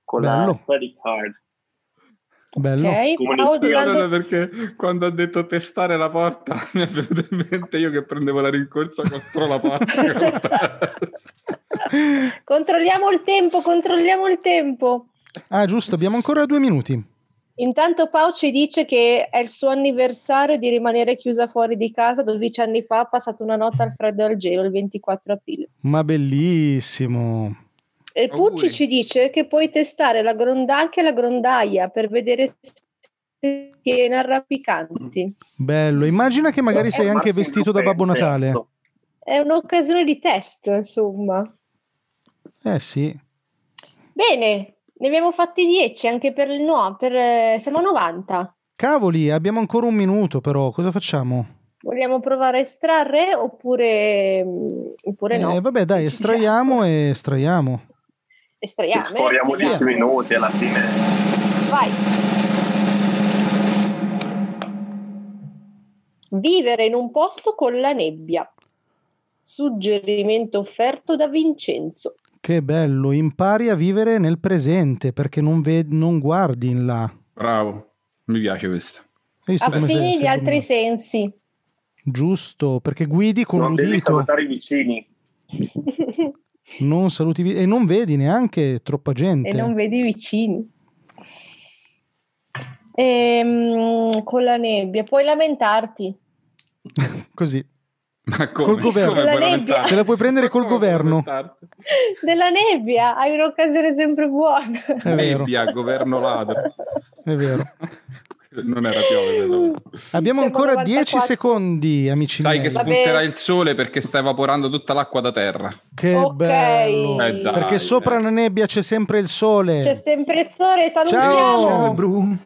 Speaker 4: con
Speaker 2: Bello.
Speaker 4: la credit card.
Speaker 2: Bello.
Speaker 1: Ok,
Speaker 4: Come
Speaker 1: Paolo,
Speaker 4: dicevo,
Speaker 3: Io
Speaker 1: durante-
Speaker 3: non è perché quando ha detto testare la porta [LAUGHS] mi è venuto in mente io che prendevo la rincorsa contro la porta. con la
Speaker 1: [LAUGHS]
Speaker 3: testa.
Speaker 1: Controlliamo il tempo, controlliamo il tempo.
Speaker 2: [LAUGHS] Ah, giusto, abbiamo ancora due minuti.
Speaker 1: Intanto Pau ci dice che è il suo anniversario di rimanere chiusa fuori di casa 12 anni fa, ha passato una notte al freddo e al gelo il 24 aprile.
Speaker 2: Ma bellissimo.
Speaker 1: E
Speaker 3: Auguri.
Speaker 1: Pucci ci dice che puoi testare la grondacchia e la grondaia per vedere se tiene arrampicanti.
Speaker 2: Mm. Bello. Immagina che magari sei anche
Speaker 4: Formarsi
Speaker 2: vestito da
Speaker 4: in
Speaker 2: Babbo
Speaker 4: gruppo,
Speaker 2: Natale.
Speaker 4: certo.
Speaker 1: È un'occasione di test, insomma.
Speaker 2: Eh sì,
Speaker 1: Bene, ne abbiamo fatti 10 anche per il no, per, eh, siamo a 90.
Speaker 2: Cavoli, abbiamo ancora un minuto però, cosa facciamo?
Speaker 1: Vogliamo provare a estrarre oppure, mm, oppure no? ecco.
Speaker 2: Eh, vabbè dai,
Speaker 1: Decidiamo.
Speaker 2: estraiamo e estraiamo.
Speaker 1: Estraiamo. eh,
Speaker 4: Sporiamo 10
Speaker 1: estraiamo.
Speaker 4: minuti alla fine.
Speaker 1: Vai. Vivere in un posto con la nebbia. Suggerimento offerto da Vincenzo.
Speaker 2: Che bello, impari a vivere nel presente perché non, ved- non guardi in là.
Speaker 3: Bravo, mi piace questo.
Speaker 2: Hai visto come sei,
Speaker 1: Affini Ah, gli
Speaker 2: secondo
Speaker 1: altri
Speaker 2: me? [LAUGHS]
Speaker 1: sensi.
Speaker 2: Giusto, perché guidi con
Speaker 4: non
Speaker 2: un
Speaker 4: devi
Speaker 2: dito,
Speaker 4: salutare i vicini.
Speaker 2: non saluti vi- e non vedi neanche troppa gente.
Speaker 1: e
Speaker 2: [LAUGHS]
Speaker 1: non vedi i vicini. Ehm, con la nebbia, puoi lamentarti. [LAUGHS]
Speaker 2: Così.
Speaker 3: Ma come?
Speaker 2: Col governo.
Speaker 3: Come
Speaker 1: La
Speaker 3: puoi
Speaker 1: nebbia.
Speaker 3: lamentarti?
Speaker 2: Te la puoi prendere
Speaker 3: Ma
Speaker 2: col
Speaker 3: come puoi
Speaker 2: governo.
Speaker 3: lamentarti?
Speaker 1: Della nebbia, hai un'occasione sempre buona.
Speaker 2: È vero.
Speaker 3: Nebbia, governo ladro.
Speaker 2: È vero.
Speaker 3: [LAUGHS]
Speaker 1: [LAUGHS]
Speaker 3: Non era piove. però.
Speaker 2: Abbiamo
Speaker 1: Siamo
Speaker 2: ancora 10
Speaker 1: 94.
Speaker 2: secondi, amici
Speaker 3: Sai
Speaker 2: miei.
Speaker 3: che
Speaker 1: Vabbè.
Speaker 3: spunterà il sole perché sta evaporando tutta l'acqua da terra.
Speaker 2: Che
Speaker 1: Ok.
Speaker 2: bello.
Speaker 3: Eh, dai.
Speaker 2: Perché sopra la nebbia c'è sempre il sole. Oh.
Speaker 1: C'è sempre il sole, salutiamo.
Speaker 2: Ciao.
Speaker 3: Bru.